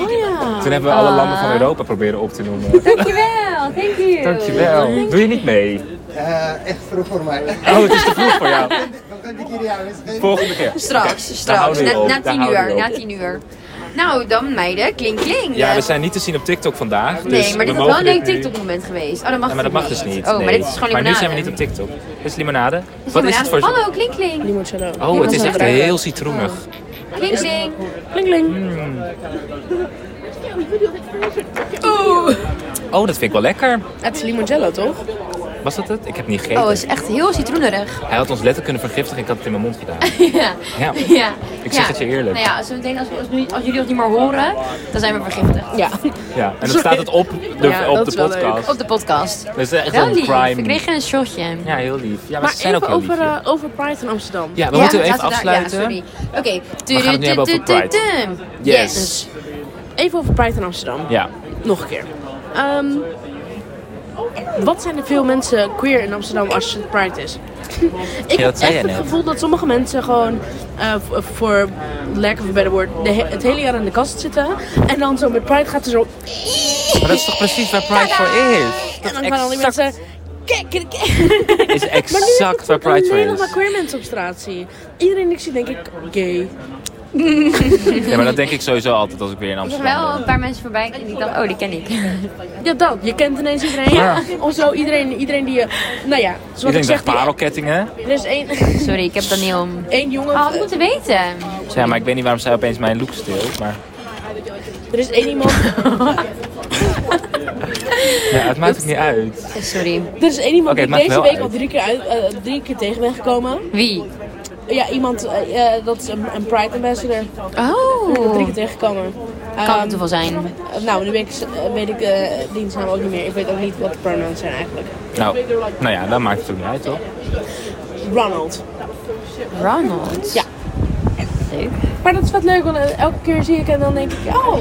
S2: Oh ja.
S1: Toen hebben we alle landen van Europa proberen op te noemen.
S3: Dankjewel, thank you.
S1: Dankjewel. Doe je niet mee?
S4: Eh, echt vroeg voor mij.
S1: Oh, het is te vroeg voor jou.
S4: Wat kan ik hier aan eens geven?
S1: Volgende keer.
S3: Straks,
S1: daar
S3: straks.
S1: houden we
S3: Na,
S1: op,
S3: na
S1: daar
S3: tien
S1: houden
S3: uur,
S1: we
S3: na
S1: op.
S3: tien uur. Nou, dan meiden, Eh, klink klink.
S1: Ja, we zijn niet te zien op TikTok vandaag.
S3: Nee,
S1: dus
S3: maar dit
S1: we
S3: is wel een
S1: mogen
S3: leuk
S1: dit nu-
S3: TikTok-moment geweest. Oh, dat mag,
S1: Ja, maar dat mag dus niet.
S3: Oh,
S1: nee.
S3: maar dit is gewoon
S1: Maar nu
S3: limonade.
S1: zijn we niet op TikTok. Dit is limonade. Wat is het voor
S3: Hallo, klink klink.
S2: Limoncello.
S1: Oh, het is echt
S2: Limoncello.
S1: heel citroenig.
S3: Klink klink.
S2: Kling, kling.
S3: Oeh.
S1: Oh, dat vind ik wel lekker.
S2: Het is limoncello, toch?
S1: Was dat het? Ik heb niet
S3: Oh,
S1: gegeten.
S3: het is echt heel citroenerig.
S1: Hij had ons letter kunnen vergiftigen. Ik had het in mijn mond gedaan.
S3: ja.
S1: Ja.
S3: ja.
S1: Ik zeg
S3: Ja.
S1: het je eerlijk.
S3: Nou ja, zo meteen als, we- als, nu- als jullie ons niet meer horen, dan zijn we vergiftigd.
S2: Ja.
S1: Ja, en dan staat het op de,
S2: Ja,
S1: op
S2: dat
S1: de
S2: is wel leuk.
S1: podcast.
S3: Op de podcast.
S1: Dat is echt
S3: Wel
S1: een
S3: lief. Ik
S1: crime.
S3: kreeg een shotje.
S1: Ja, heel lief. Ja, maar,
S2: Maar
S1: ze zijn ook
S2: even
S1: heel
S2: over,
S1: lief.
S2: eh, over Pride in Amsterdam.
S1: Ja, we
S3: Ja,
S1: moeten even
S3: laten we daar-
S1: afsluiten.
S3: ja, sorry. Oké.
S1: We gaan het nu hebben over Pride.
S3: Du-du-du-du-du.
S1: Yes.
S3: Yes.
S2: Even over Pride in Amsterdam.
S1: Ja.
S2: Nog een keer. Ehm, wat zijn er veel mensen queer in Amsterdam als het Pride is? Ik
S1: Ja, dat
S2: heb
S1: zei
S2: echt
S1: jij
S2: het
S1: net.
S2: gevoel dat sommige mensen gewoon, eh, v- voor lack of a better word, de he- het hele jaar in de kast zitten. En dan zo met Pride gaat er zo...
S1: Maar dat is toch precies waar Pride voor is?
S2: en dan gaan al die mensen... Kijk, kijk, kijk.
S1: is
S2: Maar nu
S1: exact
S2: heb
S1: waar
S2: ik
S1: Pride voor
S2: alleen nog maar
S1: is.
S2: queer mensen op straat zie. Iedereen die ik zie denk ik, gay.
S1: Ja, maar dat denk ik sowieso altijd als ik weer in
S3: Ik zag
S1: Amsterdam
S3: wel
S1: ben.
S3: een paar mensen voorbij en ik dacht, oh, die ken ik.
S2: Ja, dat. Je kent ineens iedereen.
S1: Ja.
S2: Of zo, iedereen, iedereen die je... Nou ja, zoals ik,
S1: Ik denk
S2: zeg,
S1: dat
S2: die-
S1: parelkettingen.
S2: er is één,
S3: Sorry, ik heb dat niet om.
S2: één jongen...
S1: Ah.
S3: Oh, we moeten weten.
S1: Ja, maar ik weet niet waarom zij opeens mijn look steelt. Maar
S2: Er is één iemand...
S1: ja, het maakt ook niet uit.
S3: Sorry.
S2: Er is één iemand
S1: Oké, het maakt
S2: die deze
S1: wel
S2: week
S1: uit.
S2: al drie keer, uit, eh, drie keer tegen ben gekomen.
S3: Wie?
S2: Ja, iemand, eh, eh, dat is een, een Pride Ambassador.
S3: Oh.
S2: Drie keer tegengekomen.
S3: Kan
S2: Ehm,
S3: het wel zijn.
S2: Nou, nu weet ik, eh, weet ik eh, die zijn ook niet meer. Ik weet ook niet wat de pronouns zijn eigenlijk.
S1: Nou, nou ja, dat maakt het ook niet uit, toch?
S2: Ronald.
S3: Ronald.
S2: Ja.
S3: Leuk.
S2: Maar dat is wat leuk, want eh, elke keer zie ik en dan denk ik, oh,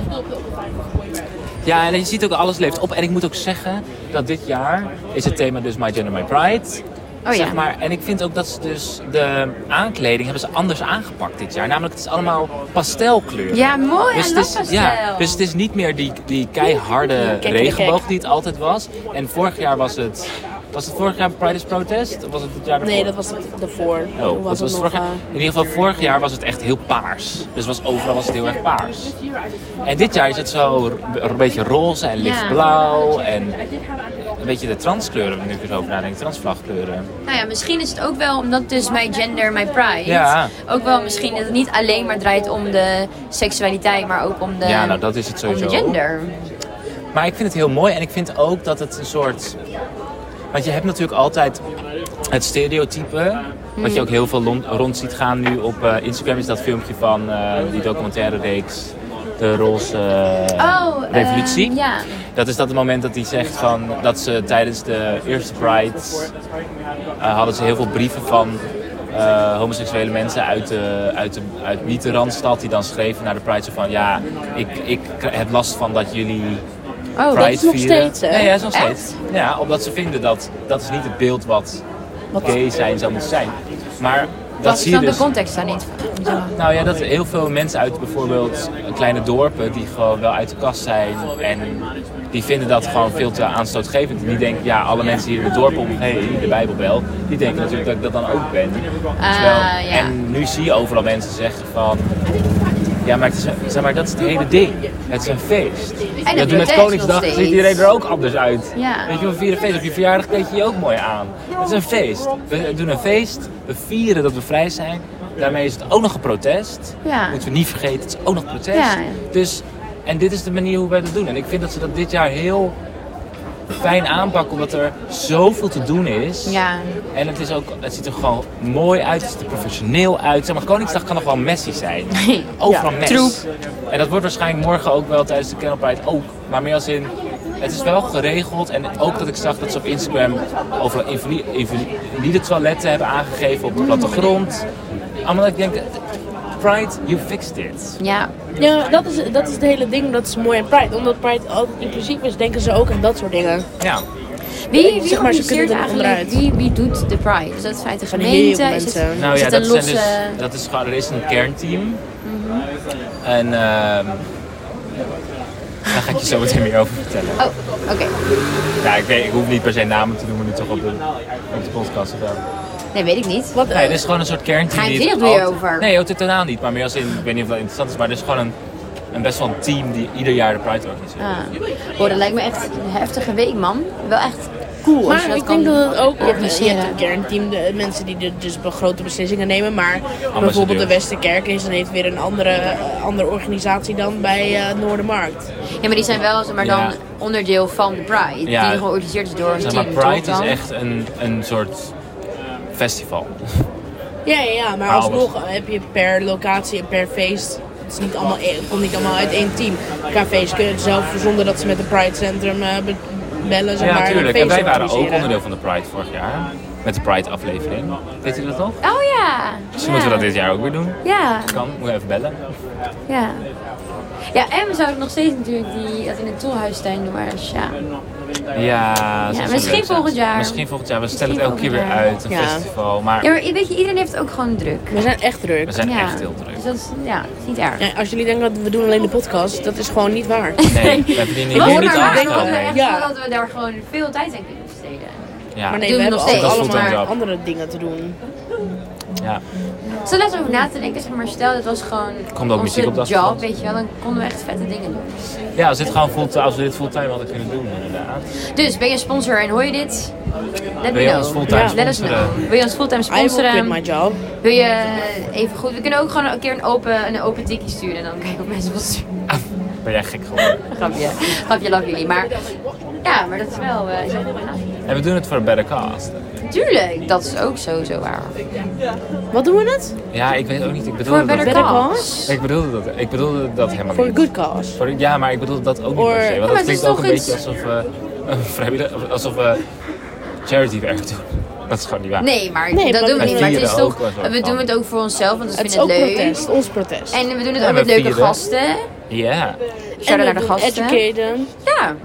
S1: Ja, en je ziet ook, alles leeft op. En ik moet ook zeggen dat dit jaar is het thema dus My Gender, My Pride.
S3: Oh
S1: zeg
S3: ja.
S1: maar. En ik vind ook dat ze dus de aankleding hebben ze anders aangepakt dit jaar. Namelijk, het is allemaal pastelkleuren.
S3: Ja, mooi.
S1: Dus
S3: I
S1: het,
S3: love
S1: is,
S3: pastel.
S1: ja, dus het is niet meer die, die keiharde
S2: kijk.
S1: regenboog die het altijd was. En vorig jaar was het... Was het vorig jaar Pride is Protest? Of was het het jaar daarvoor?
S2: nee, dat was het ervoor. Toen
S1: Oh, dat was
S2: het
S1: vorig jaar.
S2: eh,
S1: In ieder geval, vorig jaar was het echt heel paars. Dus was, overal was het heel erg paars. En dit jaar is het zo r- een beetje roze en lichtblauw. En een beetje de transkleuren, nu ik erover nadenk, transvlagkleuren.
S3: Nou ja, misschien is het ook wel omdat dus mijn gender, mijn pride.
S1: Ja.
S3: Ook wel misschien dat het niet alleen maar draait om de seksualiteit, maar ook om de,
S1: Ja, nou, dat is het
S3: om de
S1: sowieso.
S3: gender.
S1: Maar ik vind het heel mooi en ik vind ook dat het een soort. Want je hebt natuurlijk altijd het stereotype.
S3: Hmm.
S1: Wat je ook heel veel lon- rond ziet gaan nu op eh, Instagram is dat filmpje van eh, die documentaire reeks. De roze
S3: Oh, eh,
S1: revolutie.
S3: ja.
S1: Dat is dat het moment dat hij zegt van dat ze tijdens de eerste Pride eh, hadden ze heel veel brieven van eh, homoseksuele mensen uit, de, uit, de, uit niet de Randstad die dan schreven naar de Pride zo van ja, ik, ik k- heb last van dat jullie
S3: Oh, dat
S1: Pride
S2: is nog
S1: vieren.
S2: steeds, hè?
S1: Ja, ja, is nog
S3: Echt?
S1: steeds. Ja, omdat ze vinden dat dat is niet het beeld wat, gay zijn zou moeten zijn. Maar dat
S3: Dat
S1: zie je
S3: snap
S1: dus.
S3: de context daar niet.
S1: Nou ja, dat heel veel mensen uit bijvoorbeeld eh, kleine dorpen die gewoon wel uit de kast zijn en die vinden dat gewoon veel te aanstootgevend. Die denken, ja, alle mensen hier in het dorp om hey, de Bijbelbel, die denken natuurlijk dat ik dat dan ook ben. Terwijl-
S3: Ah, ja.
S1: En nu zie je overal mensen zeggen van, ja, maar, het is, zeg maar dat is het hele ding. Het is een feest.
S3: het
S1: dat doen met
S3: protest
S1: Koningsdag
S3: nog steeds.
S1: ziet iedereen er ook anders uit.
S3: Ja.
S1: Weet je, we vieren feest. Op je verjaardag kleed je je ook mooi aan. Het is een feest. We doen een feest. We vieren dat we vrij zijn. Daarmee is het ook nog een protest.
S3: Ja.
S1: Moeten we niet vergeten, het is ook nog protest.
S3: Ja.
S1: Dus, en dit is de manier hoe wij dat doen. En ik vind dat ze dat dit jaar heel fijn aanpakken, omdat er zoveel te doen is.
S3: Ja.
S1: En het, is ook, het ziet er gewoon mooi uit, het ziet er professioneel uit. Zeg maar, Koningsdag kan nog wel messy zijn. Overal mes.
S3: Troep.
S1: En dat wordt waarschijnlijk morgen ook wel tijdens de Kennel Pride ook. Maar meer als in, het is wel geregeld. En ook dat ik zag dat ze op Instagram overal invali- invalide toiletten hebben aangegeven op de plattegrond. Allemaal dat ik denk, Pride, you fixed it.
S3: Ja.
S2: Ja, dat is, dat is het hele ding, dat is mooi aan Pride. Omdat Pride altijd inclusief is, denken ze ook aan dat soort dingen.
S1: Ja.
S3: Wie, wie
S2: Zeg maar, ze kunnen
S3: organiseert
S2: er
S3: eigenlijk,
S2: onderuit.
S3: wie, wie doet de pride? Is dat vanuit de
S2: heel veel
S3: gemeente? Is het,
S2: mensen.
S1: Nou
S3: is
S1: ja,
S3: het
S1: dat,
S3: een
S1: zijn
S3: losse... Mhm.
S1: dus, dat is gewoon, er is een kernteam. En ehm daar ga ik je zo meteen meer over vertellen.
S3: Oh, oké.
S1: Ja, ik, weet, ik hoef niet per se namen te noemen nu toch op de, op de podcast. of wel.
S3: Nee, weet ik niet.
S2: Wat, eh,
S1: Nee, dit is gewoon een soort kernteam. die het
S3: Geheimzinnig doe je
S1: altijd-
S3: over.
S1: Nee, joh, totaal niet. Maar meer als in, ik weet niet of dat interessant is, maar er is gewoon een, een best wel een team die ieder jaar de Pride organiseert.
S3: Ah. Oh, dat lijkt me echt een heftige week, man. Wel echt cool. als je
S2: maar
S3: dat
S2: ik
S3: kan
S2: denk dat het ook, je hebt, je
S3: organiseren.
S2: hebt een kernteam, de mensen die de, dus be- grote beslissingen nemen, maar bijvoorbeeld
S1: Ambassadeurs.
S2: de Westerkerk is dan heeft weer een andere, eh, andere organisatie dan bij eh, Noordermarkt.
S3: Ja, maar die zijn wel zeg maar, dan
S1: Ja.
S3: onderdeel van de Pride.
S1: Ja.
S3: Die georganiseerd is door een
S1: Zeg maar,
S3: team, toch
S1: Pride is
S3: dan?
S1: echt een, een soort festival.
S2: Ja, ja, ja, maar
S1: Alles.
S2: alsnog heb je per locatie en per feest, het, is niet allemaal, één- het komt niet allemaal uit één team. Cafés kunnen het zelf zonder dat ze met het Pride Centrum eh, be- bellen, zeg
S1: Ja,
S2: maar, een
S1: natuurlijk.
S2: feest
S1: En wij waren ook
S2: organiseren.
S1: onderdeel van de Pride vorig jaar. Met de Pride-aflevering. Weet je dat nog?
S3: Oh ja.
S1: Dus
S3: ja.
S1: moeten we dat dit jaar ook weer doen.
S3: Ja,
S1: Kan, moet je even bellen.
S3: ja. Ja, en we zouden nog steeds natuurlijk die, dat in het tolhuistuin doen, maar dat is ja.
S1: Ja, dat zou
S3: misschien
S1: leuk zijn.
S3: volgend jaar.
S1: Misschien volgend jaar. We stellen het
S3: Misschien
S1: elke keer weer
S3: volgend jaar.
S1: uit, een
S2: Ja.
S1: festival. Maar
S3: Ja, maar weet je, iedereen heeft ook gewoon druk.
S2: We zijn echt druk.
S1: we zijn
S3: ja.
S1: echt heel druk.
S3: Dus dat is, ja, dat is niet erg.
S2: Ja, als jullie denken dat we doen alleen de podcast, dat is gewoon niet waar.
S1: Nee, we hebben die niet,
S3: was
S1: hier
S3: er
S1: niet
S3: maar waar,
S1: aangestaan,
S3: want we
S1: nee.
S3: echt
S2: Ja.
S3: wel dat we daar gewoon veel tijd aan kunnen besteden.
S1: Ja.
S2: Maar nee,
S3: Doen
S2: we
S3: we
S2: hebben
S3: nog
S2: altijd
S3: steeds.
S1: Dat is
S2: allemaal
S1: fulltime job.
S2: andere dingen te doen.
S1: Ja.
S3: Zo laten we over na te denken, zeg maar stel dat was gewoon
S1: Komt ook
S3: onze
S1: muziek op de
S3: job,
S1: achtergrond?
S3: weet je wel, dan konden we echt vette dingen doen.
S1: ja, als, dit gewoon fulltime, als we dit fulltime hadden kunnen doen, inderdaad.
S3: Dus ben je sponsor en hoor je dit? Let me
S1: Wil je
S3: know.
S1: ons fulltime eh?
S2: Ja.
S3: Let us
S1: sponsoren?
S3: know. Wil je ons fulltime
S2: I will quit my
S3: sponsoren?
S2: job.
S3: Wil je even goed? We kunnen ook gewoon een keer een open, een open tikkie sturen en dan kijken of mensen wat sturen.
S1: Ben jij gek geworden?
S3: Grapje. Grapje, love jullie. Maar ja, maar dat is wel. eh, is wel goed gedaan.
S1: En we doen het voor een better cause.
S3: Tuurlijk, dat is ook sowieso waar.
S2: Wat doen we het?
S1: Ja, ik weet ook niet. Ik
S3: Voor
S1: bedoelde dat,
S3: Better
S2: Better
S3: Cause.
S2: Cause?
S1: ik bedoelde dat, ik bedoelde dat helemaal
S2: Voor
S1: niet.
S2: een good cause.
S1: Sorry, ja, maar ik bedoel dat ook
S2: Or-
S1: niet per se.
S2: Ja,
S1: Want
S3: maar
S1: dat
S3: het is
S1: klinkt ook
S3: toch
S1: een beetje
S3: iets-
S1: alsof eh, we vrijwillig, alsof we charity werk doen. Dat is gewoon niet waar.
S3: Nee, maar
S2: Nee,
S3: dat
S2: maar
S3: doen we
S2: we
S3: niet. Maar het
S1: vieren
S3: is
S1: ook
S3: toch,
S1: wel zo
S3: we
S1: van.
S3: doen het ook voor onszelf, want we
S2: Het is
S3: vinden
S2: ook
S3: het leuk.
S2: protest, ons protest.
S3: En we doen het
S1: Ja,
S3: ook met
S1: we
S3: leuke
S1: vieren.
S3: gasten.
S1: Ja.
S3: Shout
S2: we
S3: out naar de
S2: doen
S3: gasten.
S2: Educaten.
S3: Ja,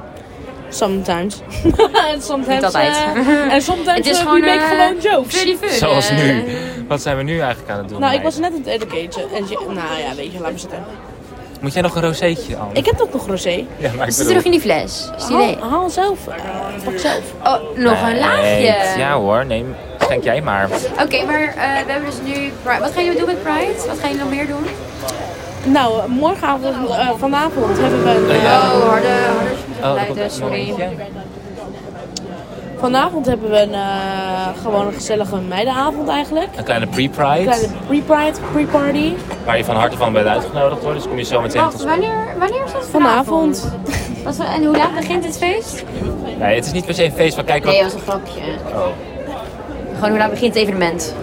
S2: Sometimes. en sometimes.
S3: Niet altijd.
S2: eh, en sometimes
S3: het is
S2: eh,
S3: gewoon.
S2: we make
S3: eh,
S2: gewoon jokes.
S3: Pretty fun.
S1: Zoals
S3: eh.
S1: nu. Wat zijn we nu eigenlijk aan het doen?
S2: Nou, ik was
S1: meid?
S2: net aan het educaten. En je- nou ja, weet je, laat me zitten.
S1: Moet jij nog een rozeetje aan?
S2: Ik heb toch nog rosé.
S1: Ja, maar ik
S3: Zit er nog in die fles? Is die
S2: Haal,
S3: leeg?
S2: haal zelf. eh, pak zelf.
S3: Oh, nog een laagje.
S1: Ja hoor, neem. Schenk jij maar. Oh,
S3: Oké, maar eh, we hebben dus nu Pride. Wat gaan jullie doen met Pride? Wat gaan jullie nog meer doen?
S2: Nou, eh, morgenavond, eh, vanavond hebben we een, eh,
S3: Oh, harde, harde
S1: dat
S3: geluiden, sorry.
S2: vanavond hebben we een, eh, gewoon een gezellige meidenavond eigenlijk.
S1: Een kleine
S2: Een
S1: pre-pride.
S2: kleine pre-pride, pre-party.
S1: Waar je van harte van bent uitgenodigd worden. Dus kom je zo meteen
S3: Wacht,
S1: tot... Nee,
S3: wanneer, wanneer is dat vanavond?
S2: Vanavond.
S3: Wat- en hoe laat begint dit feest?
S1: het is niet per se een feest. Maar kijk wat...
S3: Nee, dat was een grapje. Gewoon hoe laat begint het evenement?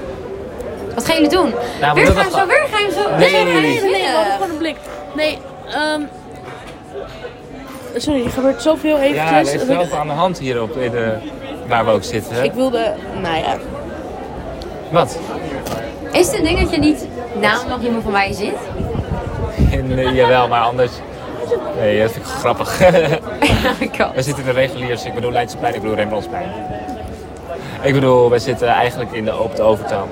S3: Wat gaan jullie doen?
S1: maar
S3: weer
S1: dat
S3: gaan we
S1: was-
S3: zo, weer gaan we zo.
S1: Nee,
S3: weer
S1: nee,
S3: gaan we
S1: nee.
S3: zo.
S2: Nee, we hadden gewoon een blik. Nee, ehm... Sorry, er gebeurt zoveel
S1: Ja, er
S2: eventjes.
S1: is
S2: dat
S1: wel
S2: ik,
S1: wat aan de hand hierop. In de... Waar we ook zitten.
S2: ik wilde, nou ja,
S1: Wat?
S3: Is het een ding dat je niet naam nog iemand van mij zit?
S1: Nee, eh, jawel, maar anders. Nee, dat vind ik grappig.
S3: Ik kan.
S1: we zitten in de reguliers. Ik bedoel Leidseplein, ik bedoel Rembrandtsplein. Ik bedoel, wij zitten eigenlijk in de, op de Overtoom.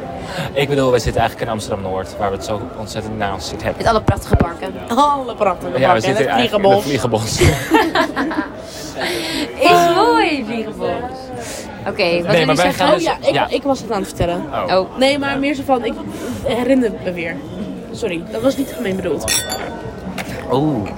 S1: Ik bedoel, wij zitten eigenlijk in Amsterdam-Noord, waar we het zo ontzettend naast zitten hebben.
S3: Met alle prachtige parken.
S2: alle prachtige
S1: Ja, we
S2: bakken.
S1: zitten
S2: het
S1: eigenlijk in het
S2: vliegenbos.
S1: vliegenbos.
S3: Is mooi, vliegenbos. Oké, wat
S1: Nee,
S3: wil
S1: maar
S3: je
S1: wij
S3: zeggen?
S1: gaan
S2: Oh
S1: dus-
S2: ja ik,
S1: Ja.
S2: ik was het aan het vertellen.
S1: Oh.
S3: Oh,
S2: Nee, maar meer zo van, ik herinner me weer. Sorry, dat was niet gemeen bedoeld.
S1: Oeh.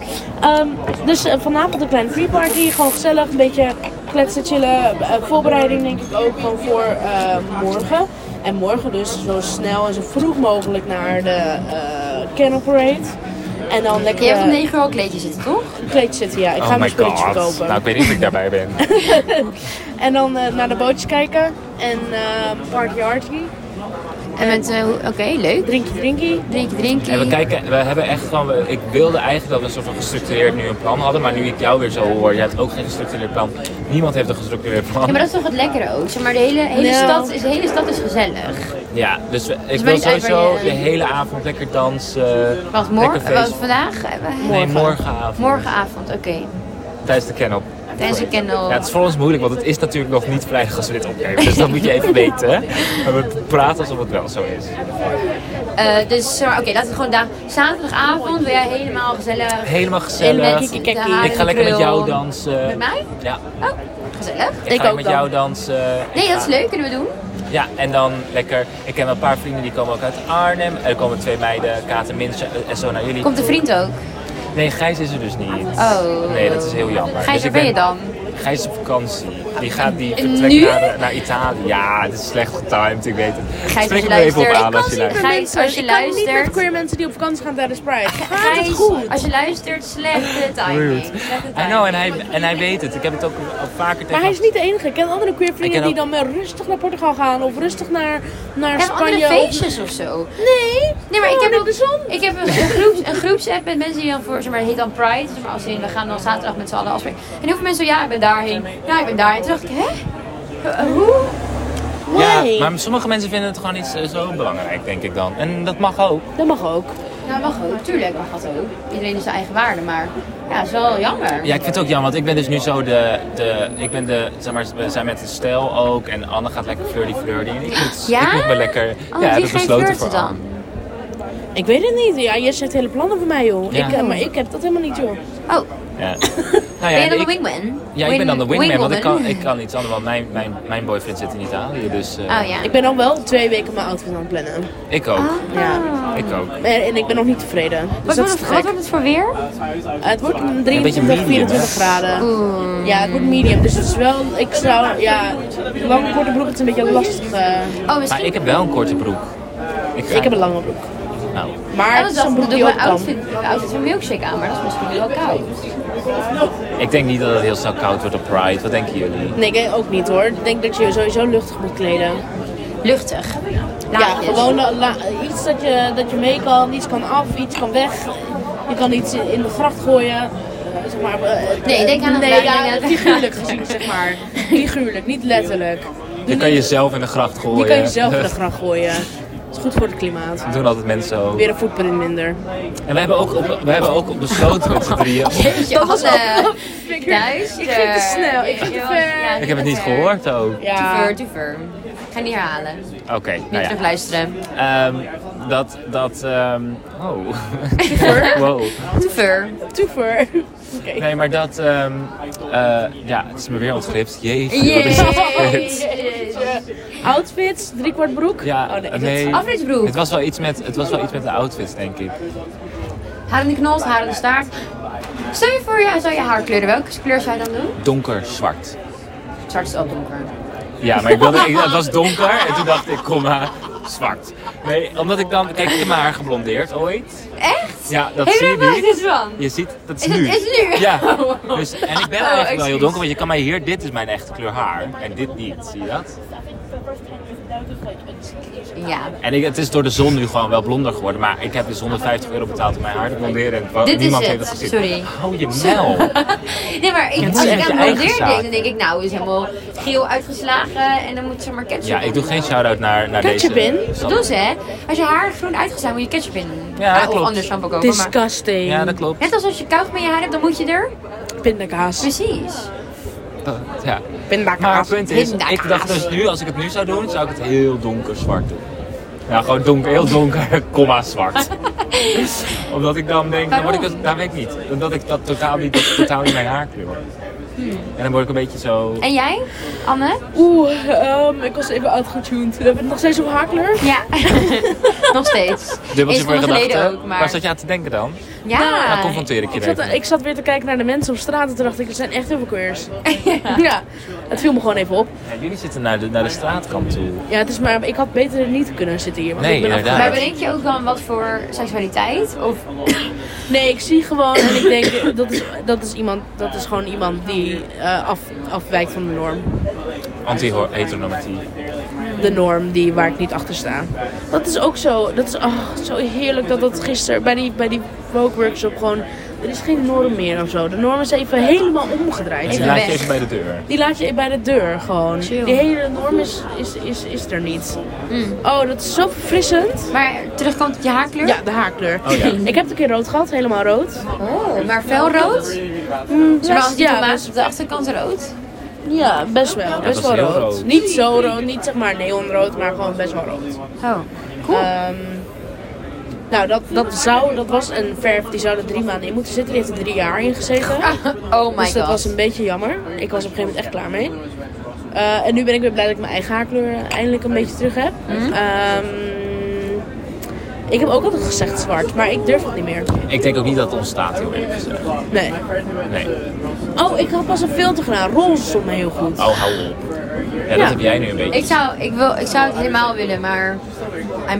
S2: Ehm, dus eh, vanavond een kleine pre-party, gewoon gezellig, een beetje kletsen, chillen. Eh, voorbereiding denk ik ook gewoon voor eh, morgen. En morgen dus zo snel en zo vroeg mogelijk naar de eh Canal Parade. En dan lekker
S3: je hebt om
S2: eh,
S3: 9 uur al kleedje zitten, toch?
S2: een kleedje zitten, ja. Ik ga
S1: Oh my
S2: mijn spulletjes
S1: god.
S2: verkopen.
S1: Nou, ik weet niet of ik daarbij ben.
S2: En dan eh, naar de bootjes kijken en eh party arty.
S3: En met, eh, oké, leuk.
S2: Drinkie drinkie.
S3: Drinkie, drinkie.
S1: En we kijken, we hebben echt gewoon, we- ik wilde eigenlijk dat we een soort van gestructureerd nu een plan hadden, maar nu ik jou weer zo hoor, je hebt ook geen gestructureerd plan. Niemand heeft een gestructureerd plan.
S3: Ja, maar dat is toch het lekkere ook. Zeg maar, de hele, hele,
S2: Nou.
S3: stad, is, de hele stad is gezellig.
S1: Ja, dus we- ik
S3: maakt
S1: wil
S3: niet uit
S1: sowieso
S3: waar je-
S1: de hele avond lekker dansen.
S3: Want
S1: lekker
S3: morgen,
S1: feest.
S3: want vandaag, eh,
S1: Nee, morgenavond.
S3: morgenavond, oké.
S1: Tijdens de kennel.
S3: Tijdens de kennel.
S1: Ja, het is voor ons moeilijk, want het is natuurlijk nog niet vrijdag als we dit opnemen. Dus dat moet je even weten. hè. Maar we praten alsof het wel zo is.
S3: Eh, dus, zeg maar, oké, laten we gewoon daar. Zaterdagavond wil jij helemaal gezellig.
S1: Helemaal
S2: Helemaal
S1: gezellig.
S2: kikkie, kikkie.
S3: De haren
S1: Ik ga lekker met
S3: krul.
S1: jou dansen.
S3: Met mij?
S1: Ja.
S3: Oh, gezellig.
S1: Ik, ga
S2: ook
S1: met
S2: dan.
S1: jou dansen. Ik
S3: Nee, dat is
S1: ga-
S3: leuk, kunnen we doen.
S1: Ja, en dan lekker. Ik heb een paar vrienden die komen ook uit Arnhem. Er komen twee meiden, Kaat en Mintje en zo naar jullie.
S3: Komt een vriend ook.
S1: Nee, Gijs is er dus niet.
S3: Oh.
S1: Nee, dat is heel jammer.
S3: Gijs,
S1: Dus
S3: waar
S1: ik
S3: ben je dan?
S1: Gijs is op vakantie. Die gaat die
S3: En
S1: vertrekt
S3: nu?
S1: naar, de- naar Italië. Ja, het is slecht getimed, ik weet het. Spreek
S3: Gijs, als je
S1: hem er even op
S3: luistert.
S1: aan
S3: Ik
S1: als je
S3: kan niet
S1: luistert.
S3: meer Gijs, als je
S2: ik kan niet met
S3: luistert.
S2: queer mensen die op vakantie gaan tijdens Pride. Gaat het
S3: Gijs,
S2: goed?
S3: als je luistert, slechte timing. Slechte
S1: I
S3: timing.
S1: know, en hij, en hij weet het. Ik heb het ook al vaker tegen
S2: Maar hij is niet de enige. Ik ken andere queer
S1: Ik
S2: vrienden
S1: ken
S2: die
S1: ook-
S2: dan wel rustig naar Portugal gaan of rustig naar, naar
S3: Hebben
S2: Spanje.
S3: andere
S2: of-
S3: feestjes of zo?
S2: Nee,
S3: Nee, Oh, maar ik heb,
S2: ook
S3: ook, ik heb een, een, groeps, een groepsapp met mensen die dan voor, zeg maar, het heet dan Pride. Zeg maar, als in, we gaan dan zaterdag met z'n allen afspreken. En heel veel mensen zo, ja, ik ben daarheen. Ja, ik ben daarheen. Toen dacht ik, hè? Eh, Hoe?
S1: Ja,
S2: Why?
S1: maar sommige mensen vinden het gewoon niet zo- zo belangrijk, denk ik dan. En dat mag ook.
S2: Dat mag ook.
S3: Nou, mag ook. Tuurlijk mag dat ook. Iedereen heeft zijn eigen waarde, maar ja, is wel jammer.
S1: Ja, ik vind het ook jammer, want ik ben dus nu zo de, de ik ben de, zeg maar, we zijn met de stijl ook en Anne gaat lekker flirty flirty. En ik moet,
S3: Ja?
S1: ik moet me lekker,
S3: Oh,
S1: ja,
S3: wie
S1: heb ik
S3: ga je
S1: besloten
S3: flirten
S1: voor
S3: dan?
S1: Anne.
S2: Ik weet het niet. Ja, Jess heeft hele plannen voor mij, joh.
S1: Ja.
S2: Ik, eh, maar ik heb dat helemaal niet, joh.
S3: Oh,
S1: Ja.
S3: ben
S1: en
S3: je dan
S1: ik-
S3: de wingman?
S1: Ja, ik ben dan de wingman, want ik kan,
S3: wingwoman?
S1: ik kan iets anders, want mijn, mijn, mijn boyfriend zit in Italië, dus eh,
S3: Oh ja.
S2: Ik ben al wel twee weken mijn outfit aan het plannen.
S1: ik ook.
S2: Oh. Ja.
S1: Ik ook.
S2: En en ik ben nog niet tevreden. Dus dat
S3: Wat wordt,
S2: is
S3: het,
S2: te
S3: wat
S2: gek.
S3: wordt het voor weer? Oh,
S2: Eh, Het wordt
S1: beetje
S2: een 23,
S1: medium,
S2: 24
S1: hè?
S2: graden. Ja, het wordt medium. Dus het is wel, ik zou, ja, lange korte broek het is een beetje lastig. eh.
S3: Oh,
S1: Maar
S3: misschien.
S1: ik heb wel een korte broek. ga-
S2: ik heb een lange broek.
S1: Nou,
S2: Maar
S3: Ja,
S2: het
S3: dat
S2: is een
S3: dacht ik,
S2: broek
S3: doe
S2: die
S3: ik
S2: ook
S3: mijn
S2: kan.
S3: outfit, mijn outfit van milkshake aan, maar dat is misschien wel koud.
S1: Ik denk niet dat het heel snel koud wordt op Pride. Wat denken jullie?
S2: Nee, ik denk ook niet hoor. Ik denk dat je je sowieso luchtig moet kleden.
S5: Luchtig.
S2: Ja,
S5: Laagjes.
S2: gewoon eh, la- iets dat je, dat je mee kan, iets kan af, iets kan weg. Je kan iets in de gracht gooien. eh, Zeg maar, eh,
S5: Nee, ik denk aan een
S2: nee,
S5: leiding.
S2: ja, figuurlijk gezien, zeg maar. Figuurlijk, niet letterlijk.
S1: Je kan jezelf in de gracht gooien.
S2: Die kan je zelf in de gracht gooien. Het is goed voor het klimaat.
S1: Dat doen altijd mensen zo.
S2: Weer een footprint minder.
S1: En we hebben ook, op, we hebben ook op besloten met z'n drieën.
S5: Dat was ook
S2: Ik ging te snel, ik ging te ver.
S1: Ik heb het niet gehoord ook.
S5: Te
S2: Ja.
S5: ver, te ver. Ik ga niet herhalen. Niet
S1: Oké, nou ja.
S5: terug luisteren.
S1: Ehm, dat, dat, ehm, oh. wow.
S5: Te ver.
S2: Te ver.
S1: Nee, maar dat, ehm, eh, ja, het is me weer ontglipt. Jeetje, wat is
S5: Oh,
S1: dit?
S2: Outfits, driekwart broek.
S1: Ja,
S2: Oh, nee, dat-
S1: nee.
S5: Afritsbroek.
S1: Het was wel iets met, het was wel iets met de outfits, denk ik.
S5: Haar in de knols, haar in de staart. Stel je voor, ja, zou je haar kleuren? Welke kleur zou je dan doen?
S1: Donker zwart.
S5: Zwart is ook donker.
S1: Ja, maar ik wilde, ik, het was donker en toen dacht ik, kom maar, zwart. Nee, omdat ik dan, kijk, ik heb mijn haar geblondeerd ooit.
S5: Echt?
S1: Ja, dat
S5: Heb
S1: zie
S5: je
S1: je
S5: daar
S1: niet.
S5: nooit van?
S1: Je ziet, dat is
S5: Is het-
S1: nu.
S5: is het nu?
S1: Ja.
S5: Oh.
S1: Dus, en ik ben
S5: Oh,
S1: eigenlijk wel heel
S5: excuus.
S1: donker, want je kan mij hier, dit is mijn echte kleur haar. En dit niet, zie je dat?
S5: Ja.
S1: En ik, het is door de zon nu gewoon wel blonder geworden, maar ik heb dus 150 euro betaald om mijn haar te blonderen. En wa-
S5: Dit is
S1: niemand
S5: het.
S1: heeft dat gezien.
S5: Sorry.
S1: Hou je mel.
S5: nee, maar ik,
S1: het
S5: als
S1: is
S5: ik
S1: echt
S5: aan
S1: je eigen
S5: blondeer
S1: zaak.
S5: denk, dan denk ik, nou, is helemaal geel uitgeslagen en dan moet ze maar ketchup
S1: Ja, ik doe
S5: op.
S1: geen shout-out naar, naar deze.
S2: Ketchup in?
S1: Sam.
S5: Dat doen ze, hè? Als je haar groen uitgeslagen moet je ketchup in doen.
S1: Ja,
S5: Ah,
S1: klopt.
S5: Of anders shampoo kopen, maar...
S2: Disgusting.
S1: Ja, dat klopt.
S5: Net als als je koud met je haar hebt, dan moet je er...
S2: Pindakaas.
S5: Precies.
S1: Dat- Ja. Maar het
S2: Pindakaas.
S1: punt is,
S5: Pindakaas.
S1: ik dacht dus nu, als ik het nu zou doen, zou ik het heel donker zwart doen. Ja, gewoon donker, heel donker, comma zwart. Omdat ik dan denk, dan word ik,
S5: Waarom?
S1: dat weet ik niet. Omdat ik dat totaal niet, dat is totaal niet mijn haarkleur.
S5: Hmm.
S1: En dan word ik een beetje zo...
S5: En jij, Anne?
S2: Oeh, ehm, ik was even uitgetuned. Heb ik nog steeds op haarkleur?
S5: Ja. Nog steeds. Eens
S1: Dubbeltje voor
S5: seconde
S1: gedachten.
S5: geleden ook, maar... Ah,
S1: Waar zat je aan te denken dan?
S5: Ja.
S1: Dan confronteer ik je
S2: Ik zat,
S1: even.
S2: ik zat weer te kijken naar de mensen op straat en toen dacht ik, er zijn echt heel veel queers. ja, het viel me gewoon even op.
S1: Ja, jullie zitten naar de, naar de straatkant toe.
S2: Ja, het is maar, ik had beter niet kunnen zitten hier. Want
S1: Nee,
S2: ik ben
S1: inderdaad.
S5: Maar bedenk je ook dan wat voor seksualiteit? Of
S2: afge- Nee, ik zie gewoon en ik denk, dat is, dat is, iemand, dat is gewoon iemand die eh, af, afwijkt van de norm.
S1: Anti-heteronormatief.
S2: de norm die, waar ik niet achter sta. Dat is ook zo. Dat is ah, zo heerlijk dat dat gisteren bij die, bij die woke workshop gewoon. Er is geen norm meer of zo. De norm is even helemaal omgedraaid.
S1: Die
S5: Even
S1: laat je
S5: weg.
S1: even bij de deur.
S2: Die laat je bij de deur gewoon.
S5: Chill. Mm.
S2: Die hele norm is, is, is, is er niet. Oh, dat is zo verfrissend.
S5: maar terugkomt op je haarkleur?
S2: Ja, de haarkleur.
S1: Oh ja.
S2: Ik heb het een keer rood gehad, helemaal rood.
S5: Oh, maar fel rood? Zoals die
S2: ja, dus-
S5: tomaat
S2: best-
S5: op de achterkant rood?
S2: Ja, best wel. best
S1: was
S2: wel
S1: heel
S2: rood.
S1: rood.
S2: Niet zo rood, niet zeg maar neonrood, maar gewoon best wel rood.
S5: Oh, cool.
S2: Ehm, nou, dat, dat, zou, dat was een verf, die zou er drie maanden in moeten zitten. Die heeft er drie jaar in gezeten.
S5: oh my
S2: dus dat
S5: god.
S2: was een beetje jammer. Ik was op een gegeven moment echt klaar mee. Eh, en nu ben ik weer blij dat ik mijn eigen haarkleur eindelijk een beetje terug heb.
S5: Mhm.
S2: Ehm, ik heb ook altijd gezegd zwart, maar ik durf het niet meer.
S1: Ik denk ook niet dat het ontstaat, heel eerlijk gezegd.
S2: Nee.
S1: Nee.
S2: Oh, ik had pas een filter gedaan. Roze stond me heel goed.
S1: Oh, hou op. Ja, dat
S2: Ja.
S1: heb jij nu een beetje.
S5: Ik zou, ik, wil, ik zou het helemaal willen, maar I'm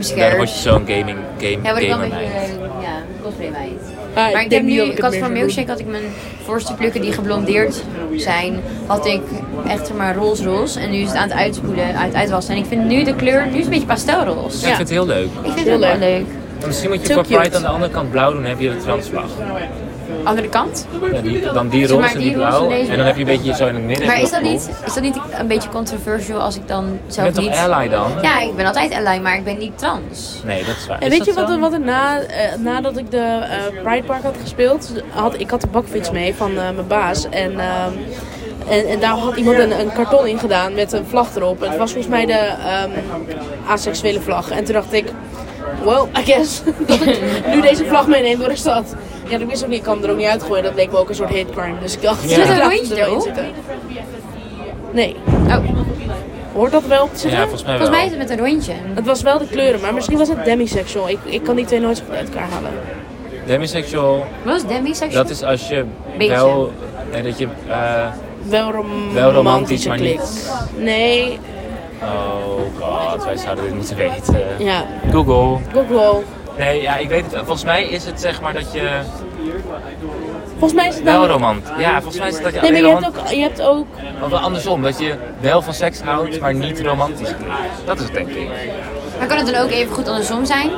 S1: Daarom word
S5: scared.
S1: je zo'n gaming, game,
S5: Ja, word ik wel
S1: gamer
S5: een beetje,
S1: meid.
S5: eh, ja, cosplay meid.
S2: Ah, ik
S5: maar ik
S2: denk
S5: heb
S2: niet
S5: nu,
S2: dat ik
S5: ik
S2: het
S5: had
S2: meer
S5: van
S2: zou
S5: milkshake had ik mijn voorste plukken die geblondeerd zijn, had ik echt zeg maar roze roze. En nu is het aan het uitspoelen, aan het uitwassen. En ik vind nu de kleur, nu is het een beetje pastelroze.
S1: Ja, ik vind het heel leuk.
S5: Ik vind
S2: Heel
S5: het
S2: leuk.
S5: wel leuk.
S1: Maar misschien moet je
S2: Zo
S1: voor
S2: cute.
S1: Pride aan de andere kant blauw doen, dan heb je de transvlag.
S5: Andere kant.
S1: Ja, die, dan die
S5: Zeg maar,
S1: roze en die
S5: die roze
S1: blauw.
S5: en deze
S1: En dan heb je een beetje zo in het midden.
S5: Maar is dat, niet, is dat niet een beetje controversial als ik dan
S1: Je
S5: zelf
S1: bent toch
S5: niet...
S1: ally dan?
S5: Ja, ik ben altijd ally, maar ik ben niet trans.
S1: Nee, dat is waar.
S2: En weet je wat, er- wat er na, eh, nadat ik de eh, Pride Park had gespeeld, had, ik had de bakfiets mee van eh, mijn baas. En, ehm, en, en daar had iemand een, een karton in gedaan met een vlag erop. Het was volgens mij de ehm, asexuele vlag. En toen dacht ik, well, I guess dat ik nu deze vlag meeneem door de stad. Ja, dat wist ook niet, ik kan hem er ook niet uitgooien. Dat leek me ook een soort hate crime. Dus ik dacht,
S1: Zit er
S2: ik laat
S5: een
S2: hem
S5: rondje
S2: wel in
S5: op?
S2: zitten. Nee,
S5: Oh,
S2: hoort dat wel op te
S1: Ja,
S2: zitten?
S1: volgens mij wel.
S5: volgens mij is het met een rondje.
S2: het was wel de kleuren, maar misschien was het demisexual. Ik, ik kan die twee nooit zo goed uit elkaar halen.
S1: Demisexual,
S5: Wat is demisexual?
S1: dat is als je
S5: Beetje.
S1: wel... Nee, dat je... eh,
S2: Wel romantische,
S1: Wel romantisch, maar
S2: klik.
S1: niet-
S2: Nee,
S1: oh god, wij zouden dit moeten weten.
S2: ja,
S1: Google.
S2: Google.
S1: Nee, ja, ik weet het. Volgens mij is het zeg maar dat je
S2: Volgens mij is het
S1: Wel
S2: dan...
S1: romant. Ja, volgens mij is dat je
S2: Nee, maar
S1: alleen
S2: je hebt
S1: romant...
S2: ook... Je hebt ook
S1: Of wel andersom, dat je wel van seks houdt, maar niet romantisch genoeg. Dat is het denk ik.
S3: Maar kan het dan ook even goed andersom zijn?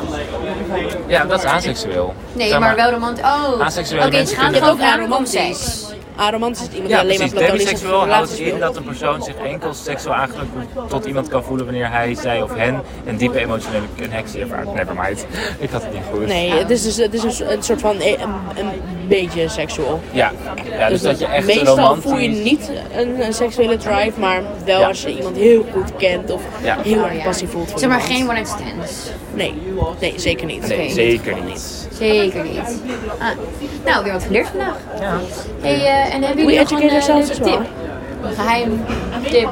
S1: Ja, dat is aseksueel.
S3: Nee,
S1: Zeg
S3: maar, wel romantisch. Oh,
S1: Aseksuele
S3: Oké, het
S1: mensen
S3: gaat
S1: kunnen-
S3: gewoon
S2: ook
S3: aan
S2: aromantisch.
S3: seks.
S2: aromantisch ah, is iemand
S1: Ja,
S2: die alleen maar
S1: precies.
S2: platonisch is.
S1: Demiseksueel houdt in dat een persoon zich enkel seksueel aangelegenheid tot iemand kan voelen wanneer hij, zij of hen een diepe emotionele connectie ervaart. Nevermind. Ik had het niet goed.
S2: Nee, het is, dus- het is een, so- een soort van een, een beetje seksueel.
S1: Ja. ja, dus dat je echt
S2: Meestal
S1: romantisch...
S2: voel je niet een, een seksuele drive, maar wel
S1: Ja.
S2: als je iemand heel goed kent of
S1: Ja.
S2: heel
S3: Oh,
S2: erg
S3: ja.
S2: passie voelt voor
S3: Zeg maar
S2: iemand.
S3: geen one-night stands.
S2: Nee, nee zeker niet.
S1: Nee,
S3: Oké.
S1: zeker niet.
S3: Zeker niet. Ah, nou, weer wat geleerd vandaag. Hey, eh, en hebben
S2: We
S3: jullie nog een
S2: educate
S3: eh,
S2: ourselves
S3: leuke
S2: as well.
S3: tip? Een geheim tip.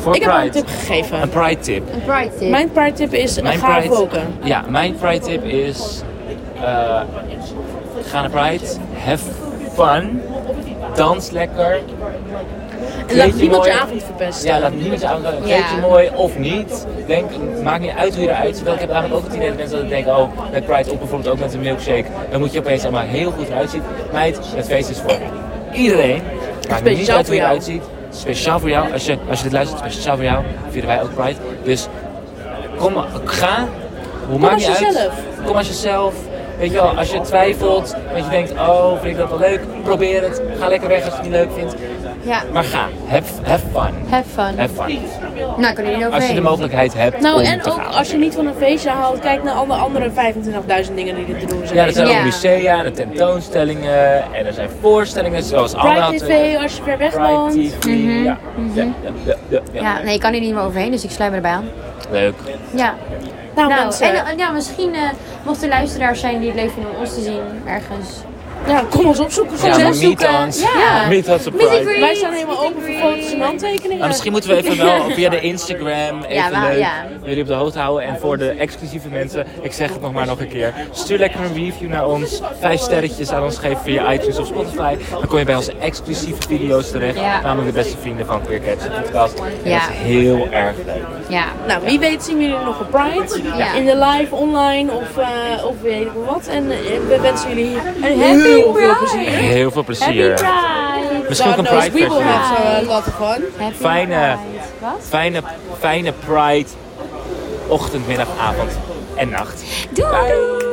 S1: Voor
S2: Ik heb al
S1: Pride.
S2: een tip gegeven.
S1: Een Pride tip.
S3: Een pride tip.
S2: Mijn pride tip is eh,
S1: Mijn
S2: ga
S1: Pride...
S2: roken.
S1: Ja, mijn Pride tip is... eh, ga naar Pride. Have fun. Dans lekker.
S2: En laat
S1: Kleed je
S2: niemand je
S1: mooi.
S2: avond verpesten.
S1: Ja, laat niemand je aankomen.
S3: Ja.
S1: Kleed je mooi of niet. Denk, het maakt niet uit hoe je eruit ziet. Want Ik heb namelijk ook het idee dat mensen altijd denken, oh, met Pride op bijvoorbeeld ook met een milkshake. Dan moet je opeens allemaal heel goed eruit zien. Meid, het feest is voor iedereen. Maakt niet
S2: Speciaal
S1: uit hoe je
S2: voor jou.
S1: eruit ziet. Speciaal voor jou. Als je, als je dit luistert, speciaal voor jou vieren wij ook Pride. Dus kom, ga. Hoe maakt
S2: als
S1: niet uit.
S2: jezelf.
S1: Kom als jezelf. Weet je wel, als je twijfelt, als je denkt, oh, vind ik dat wel leuk, probeer het. Ga lekker weg als je het niet leuk vindt.
S3: Ja.
S1: Maar ga, have, have fun.
S3: Have fun.
S1: Have fun.
S3: Nou, kunnen jullie
S1: Als je de
S3: overheen.
S1: mogelijkheid hebt
S2: Nou,
S1: om
S2: en
S1: te
S2: ook
S1: gaan.
S2: als je niet van een feestje houdt, kijk naar alle andere 25.000 dingen die er te doen zijn.
S1: Ja, er zijn
S3: Ja.
S1: ook musea en tentoonstellingen en er zijn voorstellingen zoals Anna...
S2: Pride oh, TV, als je ver weg
S1: Pride
S2: woont.
S1: TV, ja.
S2: mhm.
S1: Ja, ja, ja, ja, ja.
S3: Ja, nee, ik kan hier niet meer overheen, dus ik sluit me erbij aan.
S1: Leuk.
S3: Ja.
S2: Nou,
S3: Nou,
S2: mensen,
S3: en eh, ja, misschien eh, mochten er luisteraars zijn die het leuk vinden om ons te zien ergens.
S2: ja, kom ons opzoeken. Kom
S1: Ja,
S2: ons
S1: maar
S2: opzoeken.
S1: meet ons.
S3: Ja.
S1: Meet us at
S3: Meet and
S1: Pride.
S3: greet.
S2: Wij staan helemaal
S3: Meet and
S2: open voor
S3: greet.
S2: foto's en handtekeningen.
S1: Maar Ah, Nou, misschien moeten we even wel via de Instagram even
S3: wel,
S1: leuk
S3: ja.
S1: jullie op de hoogte houden. En voor de exclusieve mensen, ik zeg het nog maar nog een keer. Stuur lekker een review naar ons. Vijf sterretjes aan ons geven via iTunes of Spotify. Dan kom je bij onze exclusieve video's terecht.
S3: Ja.
S1: Namelijk de beste vrienden van Queer Cats de podcast. En
S3: Ja.
S1: Dat is heel erg leuk.
S3: Ja.
S2: Nou, wie weet zien we jullie nog op Pride.
S3: Ja.
S2: In de live, online of, eh of weet ik veel wat. En eh, we wensen jullie heel veel plezier.
S1: Heel veel plezier. Misschien ook
S2: God
S1: een
S2: knows
S1: Pride
S2: we will
S1: versie.
S2: have eh, a lot of fun.
S3: Happy
S1: Fijne,
S3: Pride. Wat?
S1: fijne, fijne Pride ochtend, middag, avond en nacht.
S3: Doei! doei.